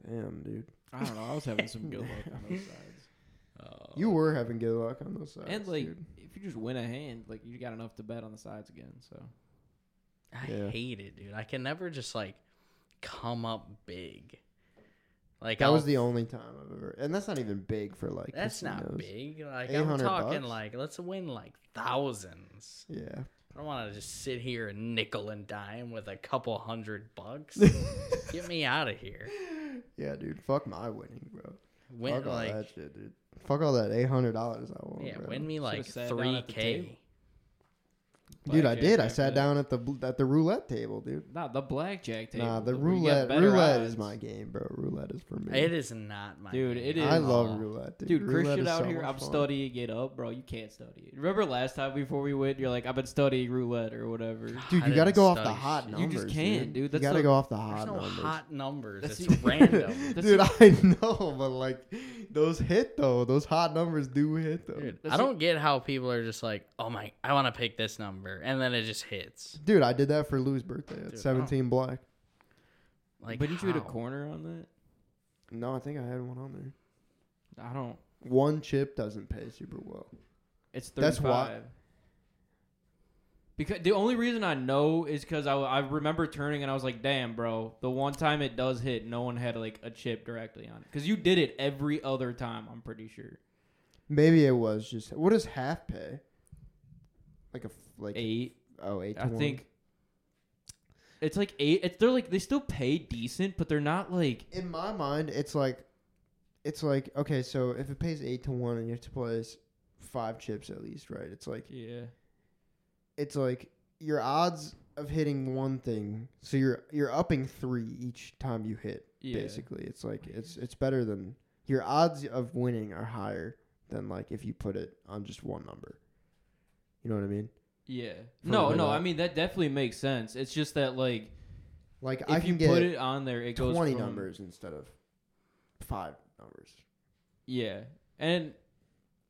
S3: Damn, dude,
S4: I don't know. I was having some good luck on those sides.
S1: Oh.
S3: you were having good luck on those sides,
S4: <laughs> and like,
S3: dude.
S4: if you just win a hand, like you got enough to bet on the sides again. So
S1: I
S3: Yeah.
S1: hate it, dude. I can never just like come up big. Like
S3: that
S1: I'll-
S3: was the only time I've ever, and that's not even big for like.
S1: That's not
S3: casinos.
S1: big. Like I'm
S3: 800
S1: talking
S3: bucks?
S1: like let's win like thousands.
S3: Yeah, <laughs>
S1: I don't want to just sit here and nickel and dime with a couple hundred
S3: <laughs>
S1: bucks. Get me out of here.
S3: yeah, dude. Fuck my winning, bro.
S1: Win
S3: Fuck all
S1: like
S3: that shit, dude. Fuck all that eight hundred dollars I won.
S1: yeah,
S3: bro.
S1: win me like
S4: sat down
S1: three
S4: at the
S1: k.
S4: table.
S3: Dude, I
S4: Blackjack
S3: did. I
S4: after that.
S3: sat down at the bl- at the roulette table, dude.
S4: Nah, the blackjack table.
S3: Nah, the
S4: where you got
S3: roulette
S4: better
S3: roulette
S4: odds.
S3: is my game, bro. Roulette is for me.
S1: It is not my
S4: Dude,
S1: game
S4: it is.
S1: at
S3: I love
S1: all.
S3: roulette, dude.
S4: Dude,
S3: roulette
S4: Christian
S3: is
S4: out
S3: so
S4: here,
S3: much
S4: I'm
S3: fun.
S4: studying it up, bro. You can't study it. Remember last time before we went, you're like, I've been studying roulette or whatever.
S3: Dude,
S1: I
S3: you got to
S1: didn't
S3: go off the
S1: study
S3: hot
S1: shit.
S3: numbers.
S4: You just can't, dude. That's
S3: you got to
S4: the-
S3: go off the
S1: There's
S3: hot
S1: no
S3: numbers. <laughs>
S1: hot numbers.
S4: That's
S1: it's
S4: <laughs> the-
S1: random.
S4: That's
S3: dude,
S4: the-
S3: I know, but like those hit though. Those hot numbers do hit though.
S1: Dude,
S3: Dude,
S1: I
S4: That's the-
S1: don't get how people are just like, oh my, I want to pick this number, and then it just hits.
S3: I did that for Lou's birthday at
S1: Dude, Oh.
S3: 17 black.
S1: Like,
S4: but did you hit a
S1: how?
S4: corner on that?
S3: No, I think I had one on there.
S4: I don't.
S3: One chip doesn't pay super well.
S4: It's 35.
S3: That's why-
S4: Because the only reason I know is because I, I remember turning and I was like, damn, bro. The one time it does hit, no one had like a chip directly on it. Because you did it every other time, I'm pretty sure.
S3: Maybe it was just what does half pay? Like a f- like
S4: Eight.
S3: oh eight. To
S4: I
S3: one?
S4: think It's like eight. It's they're like they still pay decent, but they're not like
S3: in my mind, it's like, it's like okay, so if it pays eight to one and you have to place five chips at least, right? It's like
S4: yeah.
S3: it's like your odds of hitting one thing, so you're you're upping three each time you hit.
S4: Yeah.
S3: Basically, it's like it's it's better than your odds of winning are higher than like if you put it on just one number. You know what I mean?
S4: Yeah.
S3: For
S4: No,
S3: the
S4: no.
S3: lot.
S4: I mean that definitely makes sense. It's just that like
S3: Like
S4: if
S3: I
S4: you
S3: can get
S4: put it on there, it goes
S3: twenty
S4: from-
S3: numbers instead of five numbers.
S4: Yeah, and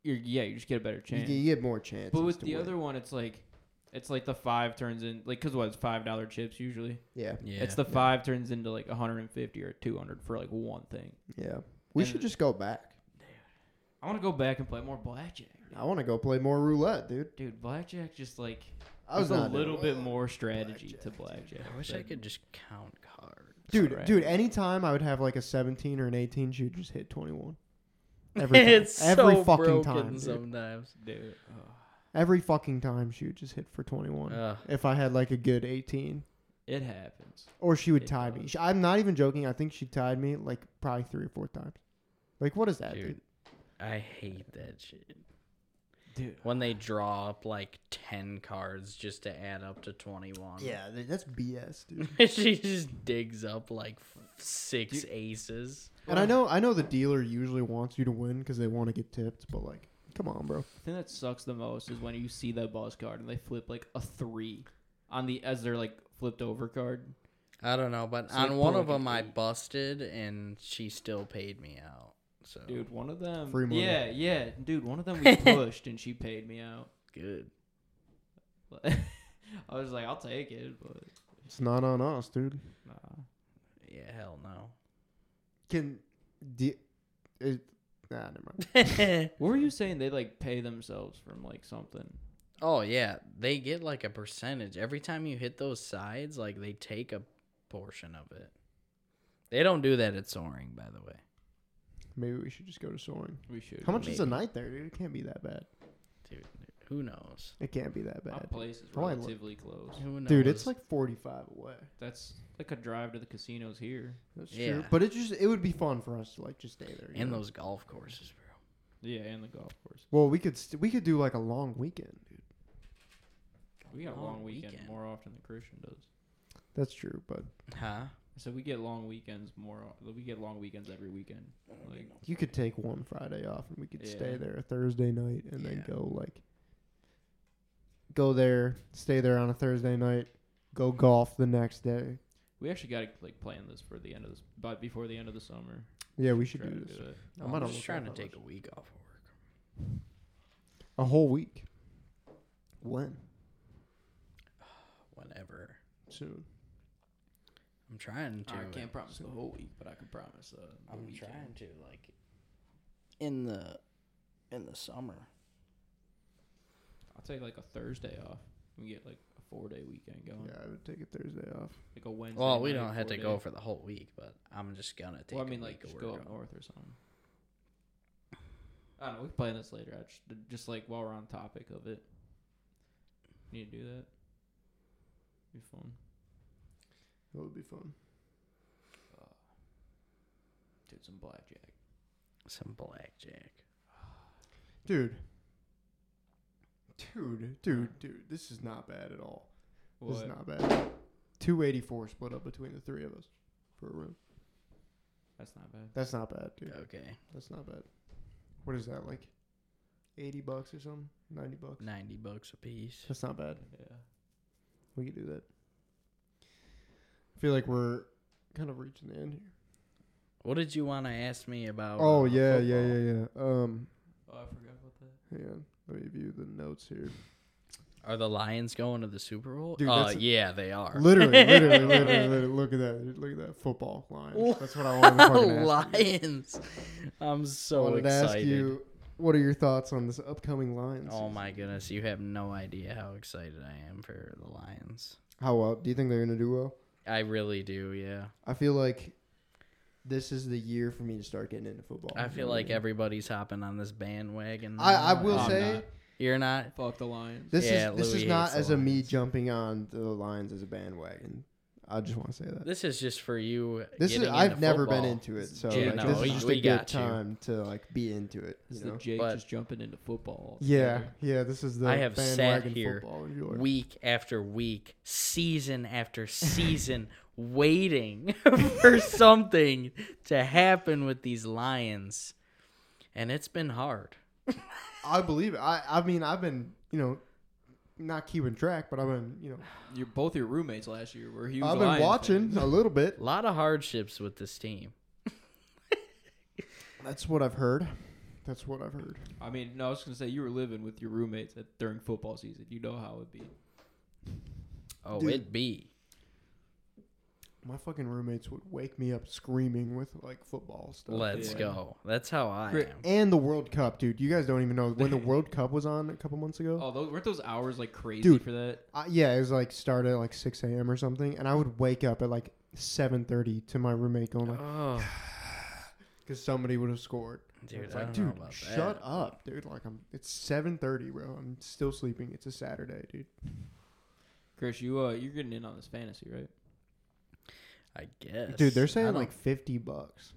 S4: you're yeah you just get a better
S3: You,
S4: chance.
S3: get- you get more chances.
S4: but with
S3: to
S4: the
S3: win.
S4: other one, it's like it's like the five turns in like because what it's five dollar chips usually.
S3: yeah,
S1: Yeah.
S4: It's the five turns into like 150 or 200 for like one thing.
S3: yeah, we
S4: And-
S3: should just go back.
S4: I want to go back and play more blackjack,
S3: I want to go play more roulette, dude.
S4: dude. Blackjack just like
S3: I was
S4: there's
S3: not
S4: a little
S3: doing
S4: bit
S3: it.
S4: more strategy to
S3: Blackjack,
S4: blackjack.
S1: I wish I
S4: than-
S1: could just count cards.
S3: Dude,
S4: Alright.
S3: dude, anytime I would have like a 17 or an 18, she would just hit
S1: <laughs>
S3: 21. time.
S1: it's
S3: every
S1: so
S3: fucking
S1: broken
S3: time. dude.
S1: sometimes.
S4: Dude, oh.
S3: Every fucking time she would just hit for 21.
S1: Ugh.
S3: if I had like a good 18,
S4: it happens.
S3: or she would
S4: It
S3: tie me.
S4: does.
S3: She- I'm not even joking. I think she tied me like probably three or four times. Like, what is that, dude?
S1: Dude. I hate that shit.
S4: Dude,
S1: When they draw up like 10 cards just to add up to 21.
S3: Yeah, th- that's BS, dude.
S1: <laughs> she just digs up like f- six
S4: Dude.
S1: aces.
S3: <laughs> and I know, I know the dealer usually wants you to win because they want to get tipped, but like, come on, bro.
S4: the thing that sucks the most is when you see that boss card and they flip like a three on the as they're like flipped over card.
S1: I don't know, but
S4: It's like
S1: on one
S4: pulling
S1: of
S4: an
S1: them I
S4: eight.
S1: busted and she still paid me out. So
S4: Dude, one of them.
S3: Oh. Free money.
S4: Yeah, yeah, dude. One of
S1: <laughs>
S4: them we pushed and she paid me out.
S1: good.
S4: <laughs> I was like, I'll take it, but
S3: It's not on us, dude.
S4: nah.
S1: Yeah, hell no.
S3: Can, de- it, nah, never mind.
S1: <laughs>
S4: What were you saying? They like pay themselves from like something.
S1: Oh yeah, they get like a percentage every time you hit those sides. Like they take a portion of it. They don't do that at soaring, by the way.
S3: Maybe we should just go to soaring.
S4: We should.
S3: How much is a
S1: Maybe.
S3: night there, dude? It can't be that bad.
S1: Dude, who knows?
S3: It can't be that
S4: My
S3: bad.
S4: place is
S3: I like-
S4: relatively close.
S1: Who knows?
S3: Dude, it's like 45 away.
S4: That's like a drive to the casinos here.
S3: That's true.
S1: Yeah.
S3: But it just it would be fun for us to like just stay there. you
S1: and
S3: know?
S1: those golf courses, bro.
S4: Yeah, and the golf course.
S3: Well, we could st- we could do like a long weekend, dude.
S4: We got a
S1: Long
S4: long weekend,
S1: weekend.
S4: more often than Christian does.
S3: That's true, but
S1: Huh?
S4: So we get long weekends more. o- We get long weekends every weekend. Like
S3: you could take one Friday off and we could stay
S4: Yeah.
S3: there a Thursday night and then
S1: Yeah.
S3: go like go there, stay there on a Thursday night, go golf the next day.
S4: we actually got to like plan this for the end of this, but before the end of the summer.
S3: Yeah, we should
S4: try
S3: do
S4: to
S3: this.
S4: it.
S3: I might
S1: I'm
S3: overcome
S1: just trying to
S3: that
S1: take a
S3: much.
S1: week off of work.
S3: a whole week. When?
S1: Whenever.
S3: Soon.
S1: I'm trying to.
S4: I can't promise the whole week, but I can promise. Uh, the
S1: I'm
S4: weekend.
S1: trying to like in the in the summer.
S4: I'll take like a Thursday off. We get like a four day weekend going.
S3: Yeah, I would take a Thursday off.
S4: Like a Wednesday.
S1: Well, we
S4: night,
S1: don't have to
S4: four-day.
S1: go for the whole week, but I'm just gonna take.
S4: Well, I mean,
S1: a
S4: like
S1: week of
S4: just
S1: work
S4: go up
S1: off.
S4: north or something. I don't know. We can plan this later. I just, just like while we're on topic of it, need to do that. Be fun.
S3: That would be fun.
S4: Do some blackjack.
S1: some blackjack.
S3: Dude. Dude, dude, dude. This is not bad at all. This is
S4: What?
S3: not bad. 284 split up between the three of us for a room.
S4: That's not bad.
S3: That's not bad, dude.
S1: Okay,
S3: That's not bad. What is that, like 80 bucks or something? 90 bucks?
S1: ninety bucks a piece.
S3: That's not bad.
S4: Yeah.
S3: We could do that. I feel like we're kind of reaching the end here.
S1: What did you want to ask me about?
S3: Oh,
S1: uh,
S3: yeah, yeah,
S1: football?
S3: yeah, yeah. Um,
S4: Oh, I forgot about that.
S3: hang on. Let me view the notes here.
S1: Are the Lions going to the Super Bowl?
S3: Dude,
S1: uh,
S3: that's a-
S1: yeah, they are. <laughs>
S3: Literally, literally, literally, literally. Look at that. dude. Look at that football line. That's what I wanted to
S1: <laughs>
S3: fucking ask. you.
S1: Lions. I'm
S3: I
S1: so
S3: wanted to
S1: excited.
S3: ask you, what are your thoughts on this upcoming Lions?
S1: Oh
S3: season?
S1: my goodness, you have no idea how excited I am for the Lions.
S3: How well do you think they're gonna do? Well,
S1: I really do, yeah.
S3: I feel like this is the year for me to start getting into football.
S1: I feel like everybody's hopping on this bandwagon.
S3: I, I
S1: now.
S3: will
S4: I'm
S3: say
S4: not.
S1: you're not.
S4: Fuck the Lions.
S3: this
S1: Yeah,
S3: is this
S1: Louis
S3: is not
S1: hates the
S3: as a me
S1: Lions.
S3: jumping on the Lions as a bandwagon. I just want to say that.
S1: This is just for you.
S3: This is
S1: getting
S3: I've
S1: into
S3: never been
S1: football.
S3: into it, so
S1: Yeah,
S3: like,
S1: no,
S3: this is
S1: we-
S3: just
S1: we
S3: a good
S1: got you.
S3: time to like be into it.
S4: This
S3: You
S4: is the
S3: know?
S4: Jake
S1: But-
S4: just jumping into football.
S3: Yeah, yeah. This is the
S1: I have sat
S3: bandwagon
S1: here
S3: football enjoyer.
S1: Week after week, season after season, <laughs> waiting <laughs> for something to happen with these Lions. And it's been hard.
S3: I believe it. I I mean I've been you know not keeping track, but I've been you know
S4: Your both your roommates last year were huge.
S3: I've been
S4: Lions
S3: watching
S4: fans.
S3: a little bit.
S1: <laughs> A lot of hardships with this team.
S3: That's what I've heard. That's what I've heard.
S4: I mean, no, I was gonna say you were living with your roommates at, during football season. You know how it'd be.
S1: Oh,
S3: Dude.
S1: it be.
S3: My fucking roommates would wake me up screaming with like football stuff.
S1: Let's
S4: Yeah.
S1: go. That's how I
S4: Cri-
S3: <sighs>
S1: am.
S3: And the World Cup, dude. You guys don't even know
S1: <laughs>
S3: when the World Cup was on a couple months ago.
S4: Oh, those weren't those hours like crazy
S3: Dude.
S4: for that?
S3: I, yeah, it was like started at like six a.m. or something, and I would wake up at like seven thirty to my roommate going like,
S1: Oh,
S3: because somebody would have scored.
S1: dude,
S3: it's
S1: Oh. I
S3: like,
S1: don't
S3: dude,
S1: know about that.
S3: shut up, dude. Like I'm, it's seven thirty, bro. I'm still sleeping. It's a Saturday, dude.
S4: Chris, you uh, you're getting in on this fantasy, right?
S1: I guess.
S3: Dude,
S1: I
S3: they're saying
S1: don't-
S3: like fifty bucks.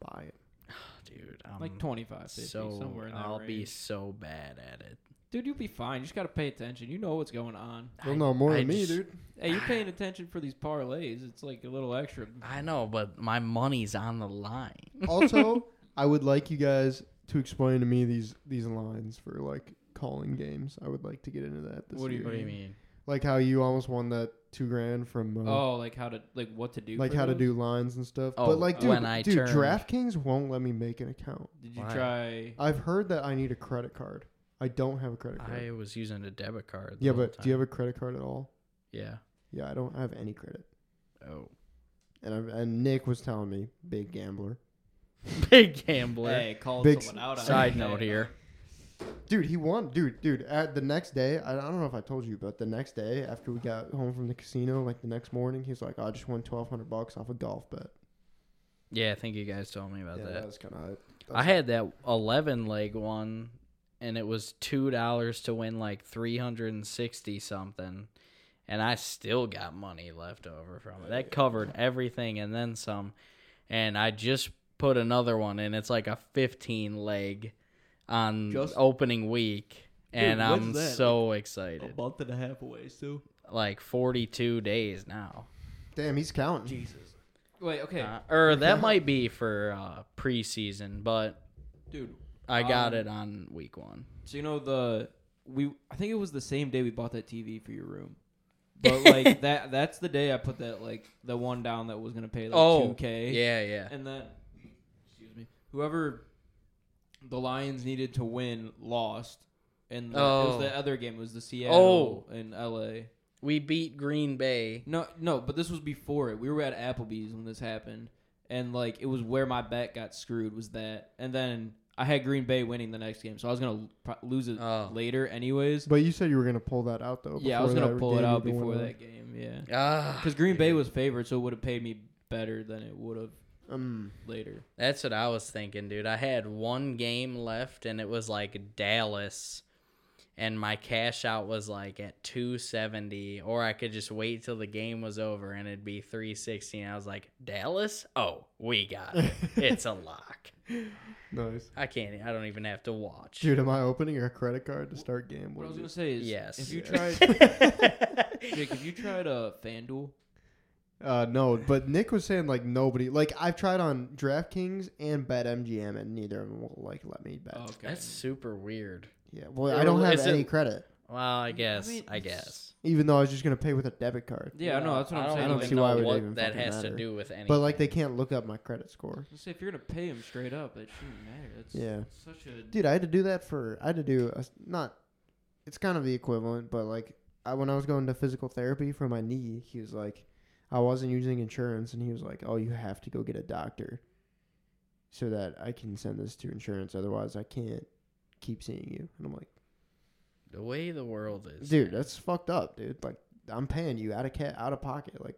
S3: Buy it.
S1: dude, I'm
S4: like 25, 50,
S1: so
S4: somewhere in that
S1: I'll be
S4: range.
S1: so bad at it.
S4: Dude, you'll be fine. You just gotta pay attention. You know what's going on.
S3: You'll know more
S1: I
S3: than me,
S1: just-
S3: dude.
S4: Hey, you're
S1: Ah.
S4: paying attention for these parlays. It's like a little extra.
S1: I know, but my money's on the line.
S3: also, I would like you guys to explain to me these these lines for like calling games. I would like to get into that. This
S4: What do you-
S3: year.
S1: What do you mean?
S3: Like how you almost won that two grand from. Uh,
S4: Oh, like how to like what to do.
S3: Like
S4: for
S3: how to
S4: those?
S3: do lines and stuff,
S1: Oh,
S3: but like dude,
S1: when I
S3: dude,
S1: turned-
S3: DraftKings won't let me make an account.
S4: Did you
S1: Why?
S4: try?
S1: Uh,
S3: I've heard that I need a credit card. I don't have a credit card.
S1: I was using a debit card. the
S3: yeah,
S1: whole
S3: but do you have
S1: time.
S3: a credit card at all? Yeah, I don't have any credit.
S1: Yeah. Oh,
S3: And I, and Nick was telling me, big gambler,
S1: <laughs> big gambler.
S4: Hey, call
S3: Big
S4: someone out. on
S1: Side
S4: it.
S1: note here.
S3: dude. He won, dude, dude. At the next day, I, I don't know if I told you, but the next day after we got home from the casino, like the next morning, he's like, I just won twelve hundred bucks off a golf bet.
S1: Yeah, I think you guys told me about
S3: yeah,
S1: that.
S3: that was kind of hype.
S1: I had that eleven leg one, and it was two dollars to win like three hundred and sixty something, and I still got money left over from it. That covered everything and then some, and I just put another one in. It's like a fifteen leg on
S4: Just-
S1: opening week, and
S4: when's
S1: I'm
S4: that?
S1: so excited.
S4: A month and a half away, so.
S1: Like forty two days now,
S3: damn, he's counting.
S4: Jesus. Wait, okay,
S1: uh, or that might be for uh, preseason, but
S4: dude.
S1: I got
S4: Um,
S1: it on week one.
S4: So you know the we I think it was the same day we bought that TV for your
S1: <laughs>
S4: room. But like that that's the day I put that like the one down that was gonna pay like
S1: Oh,
S4: two K.
S1: Yeah, yeah.
S4: And then excuse me. Whoever the Lions needed to win lost. And the, it
S1: Oh.
S4: was the other game, it was the Seattle and LA.
S1: We beat Green Bay.
S4: No no, but this was before it. We were at Applebee's when this happened. And like it was where my bet got screwed was that. And then I had Green Bay winning the next game, so I was gonna pro- lose it
S1: Oh.
S4: later anyways.
S3: But you said you were gonna pull that out though.
S4: Yeah, I was
S3: before
S4: gonna
S3: that
S4: pull it
S3: game
S4: out
S3: even
S4: before
S3: went on.
S4: that game. Yeah,
S1: Ah,
S4: because Green Bay
S1: dude.
S4: was favored, so it would have paid me better than it would have
S3: <laughs> Um,
S4: later.
S1: That's what I was thinking, dude. I had one game left, and it was like Dallas, and my cash out was like at two seventy, or I could just wait till the game was over, and it'd be three sixty. And I was like, Dallas? Oh, we
S4: <laughs>
S1: got it. it's a lock.
S3: nice.
S1: I can't. e, I don't even have to watch.
S3: Dude, am I opening a credit card to start gambling?
S4: What I was gonna say is,
S1: yes.
S4: if you
S1: <laughs>
S3: Yes. <laughs>
S4: tried, Jake, if you tried a FanDuel,
S3: Uh, no, but Nick was saying like nobody. Like I've tried on DraftKings and BetMGM, and neither of them will like let me bet.
S4: oh, okay,
S1: That's super weird.
S3: Yeah, well,
S1: Or
S3: I don't have
S1: is it-
S3: any credit,
S1: Well, I guess. I,
S4: mean, it's-
S1: guess.
S3: even though I was just gonna pay with a debit card.
S4: yeah, no, that's what I'm
S1: don't
S4: saying.
S3: I don't
S4: like,
S3: see
S1: know
S3: why it would
S1: what
S3: even
S1: that
S3: fucking
S1: has
S3: matter.
S1: to do with anything.
S3: But like they can't look up my credit score.
S4: Let's say if you're gonna pay him straight up, it shouldn't matter. That's
S3: Yeah.
S4: such a
S3: Dude, I had to do that for. I had to do a, not. It's kind of the equivalent, but like I, when I was going to physical therapy for my knee, he was like, I wasn't using insurance, and he was like, "Oh, you have to go get a doctor, so that I can send this to insurance. Otherwise, I can't keep seeing you." And I'm like.
S1: the way the world is,
S3: dude
S1: now,
S3: that's fucked up dude like i'm paying you out of cat out of pocket like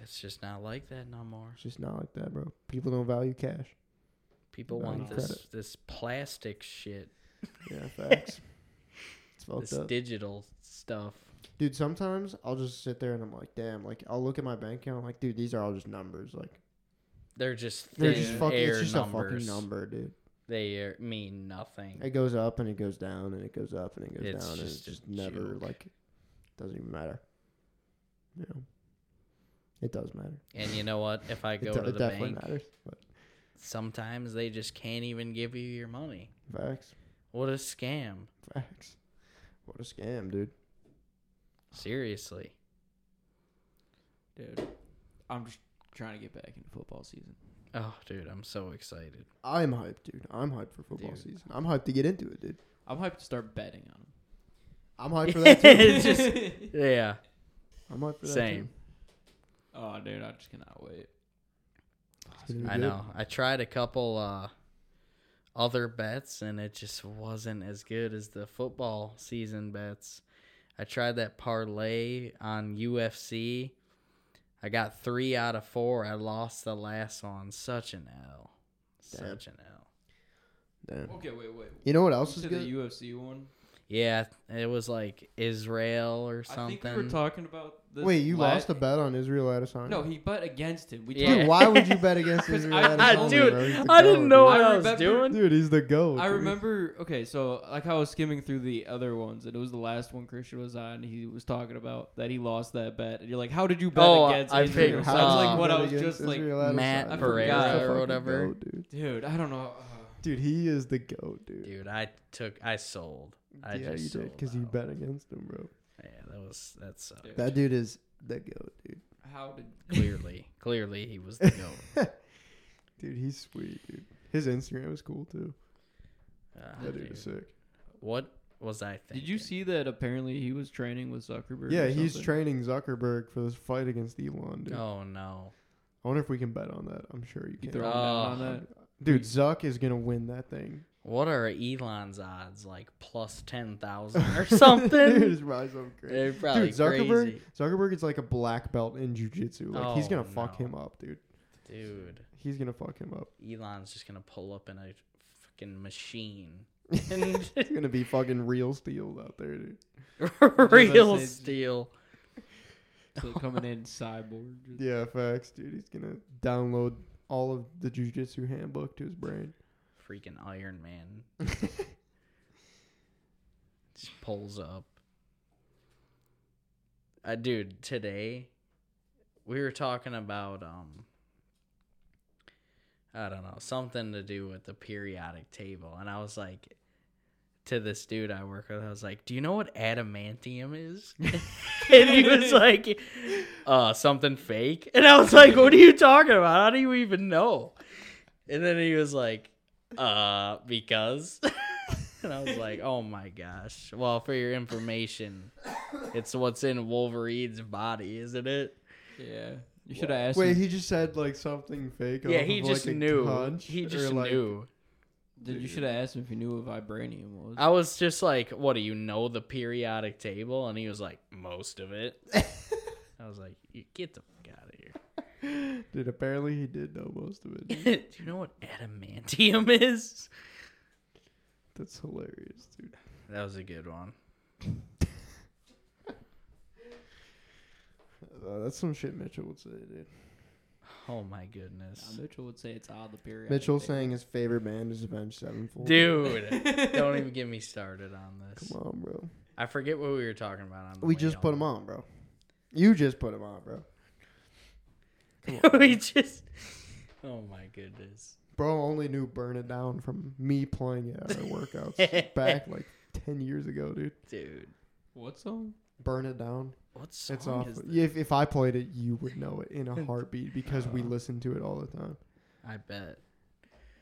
S1: It's just not like that no more.
S3: it's just not like that bro people don't value cash
S1: People
S3: Value
S1: want this
S3: credit.
S1: this plastic shit,
S3: yeah facts it's fucked
S1: this
S3: up
S1: digital stuff.
S3: Dude, sometimes I'll just sit there and I'm like, damn, like I'll look at my bank account, I'm like, dude, these are all just numbers. Like
S1: They're just thin
S3: they're just fucking
S1: air
S3: it's just
S1: numbers.
S3: a fucking number, dude.
S1: They are, mean nothing.
S3: It goes up and it goes down and it goes up and it goes
S1: It's
S3: down and
S1: just
S3: it's
S1: a
S3: just never
S1: joke.
S3: like doesn't even matter. You know. It does matter.
S1: And you know what? If
S3: <laughs>
S1: I
S3: It,
S1: go
S3: do-
S1: to
S3: it
S1: the
S3: definitely
S1: bank,
S3: matters. But
S1: sometimes they just can't even give you your money.
S3: facts.
S1: What a scam.
S3: Facts. What a scam, dude.
S1: Seriously.
S4: dude. I'm just trying to get back into football season.
S1: Oh, dude, I'm so excited.
S3: I'm hyped, dude. I'm hyped for football
S1: Dude.
S3: season. I'm hyped to get into it, dude.
S4: I'm hyped to start betting on them.
S3: I'm hyped
S1: <laughs>
S3: for that too.
S4: <laughs>
S1: It's just- yeah.
S3: I'm hyped for that
S1: Same.
S3: too.
S4: Oh, dude, I just cannot wait.
S3: It's gonna be
S1: I
S3: good.
S1: know. I tried a couple uh, other bets, and it just wasn't as good as the football season bets. I tried that parlay on UFC. I got three out of four. I lost the last one. Such an L.
S3: Damn.
S1: Such an L.
S3: Damn.
S4: Okay, wait, wait.
S3: You know what
S4: You
S3: else is
S4: said
S3: good?
S4: the UFC one.
S1: Yeah, it was like Israel or
S4: I
S1: something.
S4: think we were talking about this.
S3: Wait, you
S4: la-
S3: lost a bet on Israel Adesanya?
S4: No, he bet against him. We
S1: Yeah.
S4: talked-
S3: Dude, why would you bet
S4: <laughs>
S3: against
S4: 'Cause
S3: Israel
S4: I-
S1: I-
S3: Adesanya?
S1: dude,
S3: bro? He's the
S1: <laughs> I
S3: goat,
S1: didn't know
S3: dude.
S1: what I was
S4: remember-
S1: doing. <laughs>
S3: Dude, he's the goat.
S4: I
S3: dude.
S4: remember. Okay, so like how I was skimming through the other ones, and it was the last one Christian was on. He was talking about that he lost that bet, and you're like, "How did you bet
S1: Oh,
S4: against?"
S1: I
S4: Israel?"
S1: figured-
S4: That's like what I was
S3: Against
S4: just like,
S3: Israel Adesanya,
S1: Matt
S3: dude.
S4: Pereira
S3: He's the
S4: or
S3: fucking
S1: whatever.
S3: goat, dude.
S4: dude. I don't know. Uh,
S3: Dude, he is the goat, dude.
S1: Dude, I took, I sold. I
S3: yeah,
S1: just
S3: you did
S1: because
S3: because you bet against him, bro.
S1: Yeah, that was that sucked.
S4: Dude.
S3: That dude is the goat, dude. <laughs>
S4: How did? <laughs>
S1: Clearly, clearly he was the <laughs> goat.
S3: Dude, he's sweet, dude. His Instagram is cool too.
S1: Ah,
S3: That dude
S1: dude.
S3: is sick.
S1: What was I thinking?
S4: Did you see that? Apparently, he was training with Zuckerberg.
S3: Yeah,
S4: or
S3: he's
S4: something?
S3: training Zuckerberg for this fight against Elon, dude.
S1: Oh no!
S3: I wonder if we can bet on that. I'm sure you
S4: You
S3: can.
S4: throwing
S1: Oh.
S4: down on that?
S3: Dude, Zuck is gonna win that thing.
S1: What are Elon's odds? Like plus ten
S3: <laughs>
S1: thousand or something?
S3: Dude, rise up great.
S1: They're probably
S3: Dude, Zuckerberg,
S1: crazy,
S3: Zuckerberg is like a black belt in jujitsu. Like he's
S1: Oh,
S3: gonna fuck
S1: no.
S3: him up, dude.
S1: dude.
S3: He's gonna fuck him up.
S1: Elon's just gonna pull up in a fucking
S3: <laughs>
S1: machine, <laughs>
S3: He's gonna be fucking real steel out there, dude.
S1: real
S4: said-
S1: steel.
S3: <laughs>
S4: So coming in cyborg. just-
S3: Yeah, facts, dude. He's gonna download all of the jujitsu handbook to his
S1: <laughs>
S3: brain.
S1: Freaking Iron Man just pulls up. Uh, dude, today we were talking about um I don't know, something to do with the periodic table and I was like to this dude I work with, I was like, "Do you know what adamantium is?" <laughs> and he was like, "Uh, something fake." And I was like, "What are you talking about? How do you even know?" And then he was like, "Uh, because." <laughs> and I was like, "Oh my gosh! Well, for your information, it's what's in Wolverine's body, isn't it?"
S4: yeah. You should have asked.
S3: Wait,
S4: him,
S3: he just said like something fake.
S1: yeah,
S3: off
S1: he
S3: of,
S1: just
S3: like, a
S1: knew.
S3: Hunch,
S1: He
S3: or,
S1: just
S3: like-
S1: knew.
S4: dude, you should have asked him if he knew what vibranium was.
S1: I was just like, "What do you know the periodic table?" And he was like, "Most
S3: <laughs>
S1: of it." I was like, "You get the fuck out of here." <laughs>
S3: Dude, apparently he did know most of it. dude.
S1: Do you know what adamantium <laughs> is?
S3: That's hilarious, dude.
S1: That was a good one.
S3: Uh, that's some shit Mitchell would say, dude.
S1: Oh my goodness.
S4: Now, Mitchell would say it's all the period.
S3: Mitchell saying his favorite band is Avenged Sevenfold.
S1: Dude,
S3: <laughs>
S1: don't even get me started on this.
S3: come on, bro.
S1: I forget what we were talking about on the
S3: We
S1: way
S3: just put him on, bro. You just put him on, bro.
S1: <laughs> we just Oh my goodness.
S3: Bro only knew "Burn It Down" from me playing it at our
S1: <laughs>
S3: workouts back like ten years ago, dude.
S1: <laughs> Dude.
S4: What song?
S3: "Burn It Down."
S1: What song
S3: It's off.
S1: is this?
S3: If if I played it, you would know it
S1: <laughs>
S3: in a heartbeat because we
S1: Oh.
S3: listen to it all the time.
S1: I bet.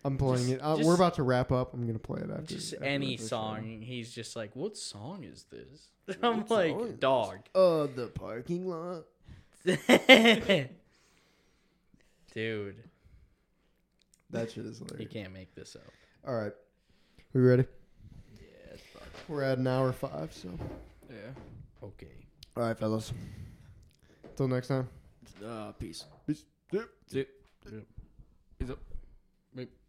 S3: I'm playing
S1: Just-
S3: it. Uh, we're
S1: just-
S3: about to wrap up. I'm gonna play it after.
S1: Just
S3: after
S1: any
S3: the show.
S1: song. He's just like, What song is <laughs> this? I'm
S3: What
S1: like,
S3: song is this?
S1: dog. <laughs>
S3: Uh, the parking lot.
S1: Dude.
S3: That shit is
S1: You
S3: hilarious.
S1: can't make this up.
S3: All right, we ready?
S4: Yeah, it's probably.
S3: We're at an hour five. So,
S4: Yeah.
S1: Okay.
S3: all right, fellas. Till next time.
S4: Uh, peace.
S3: Peace. Yep.
S4: Zip.
S1: Yep.
S4: Is up.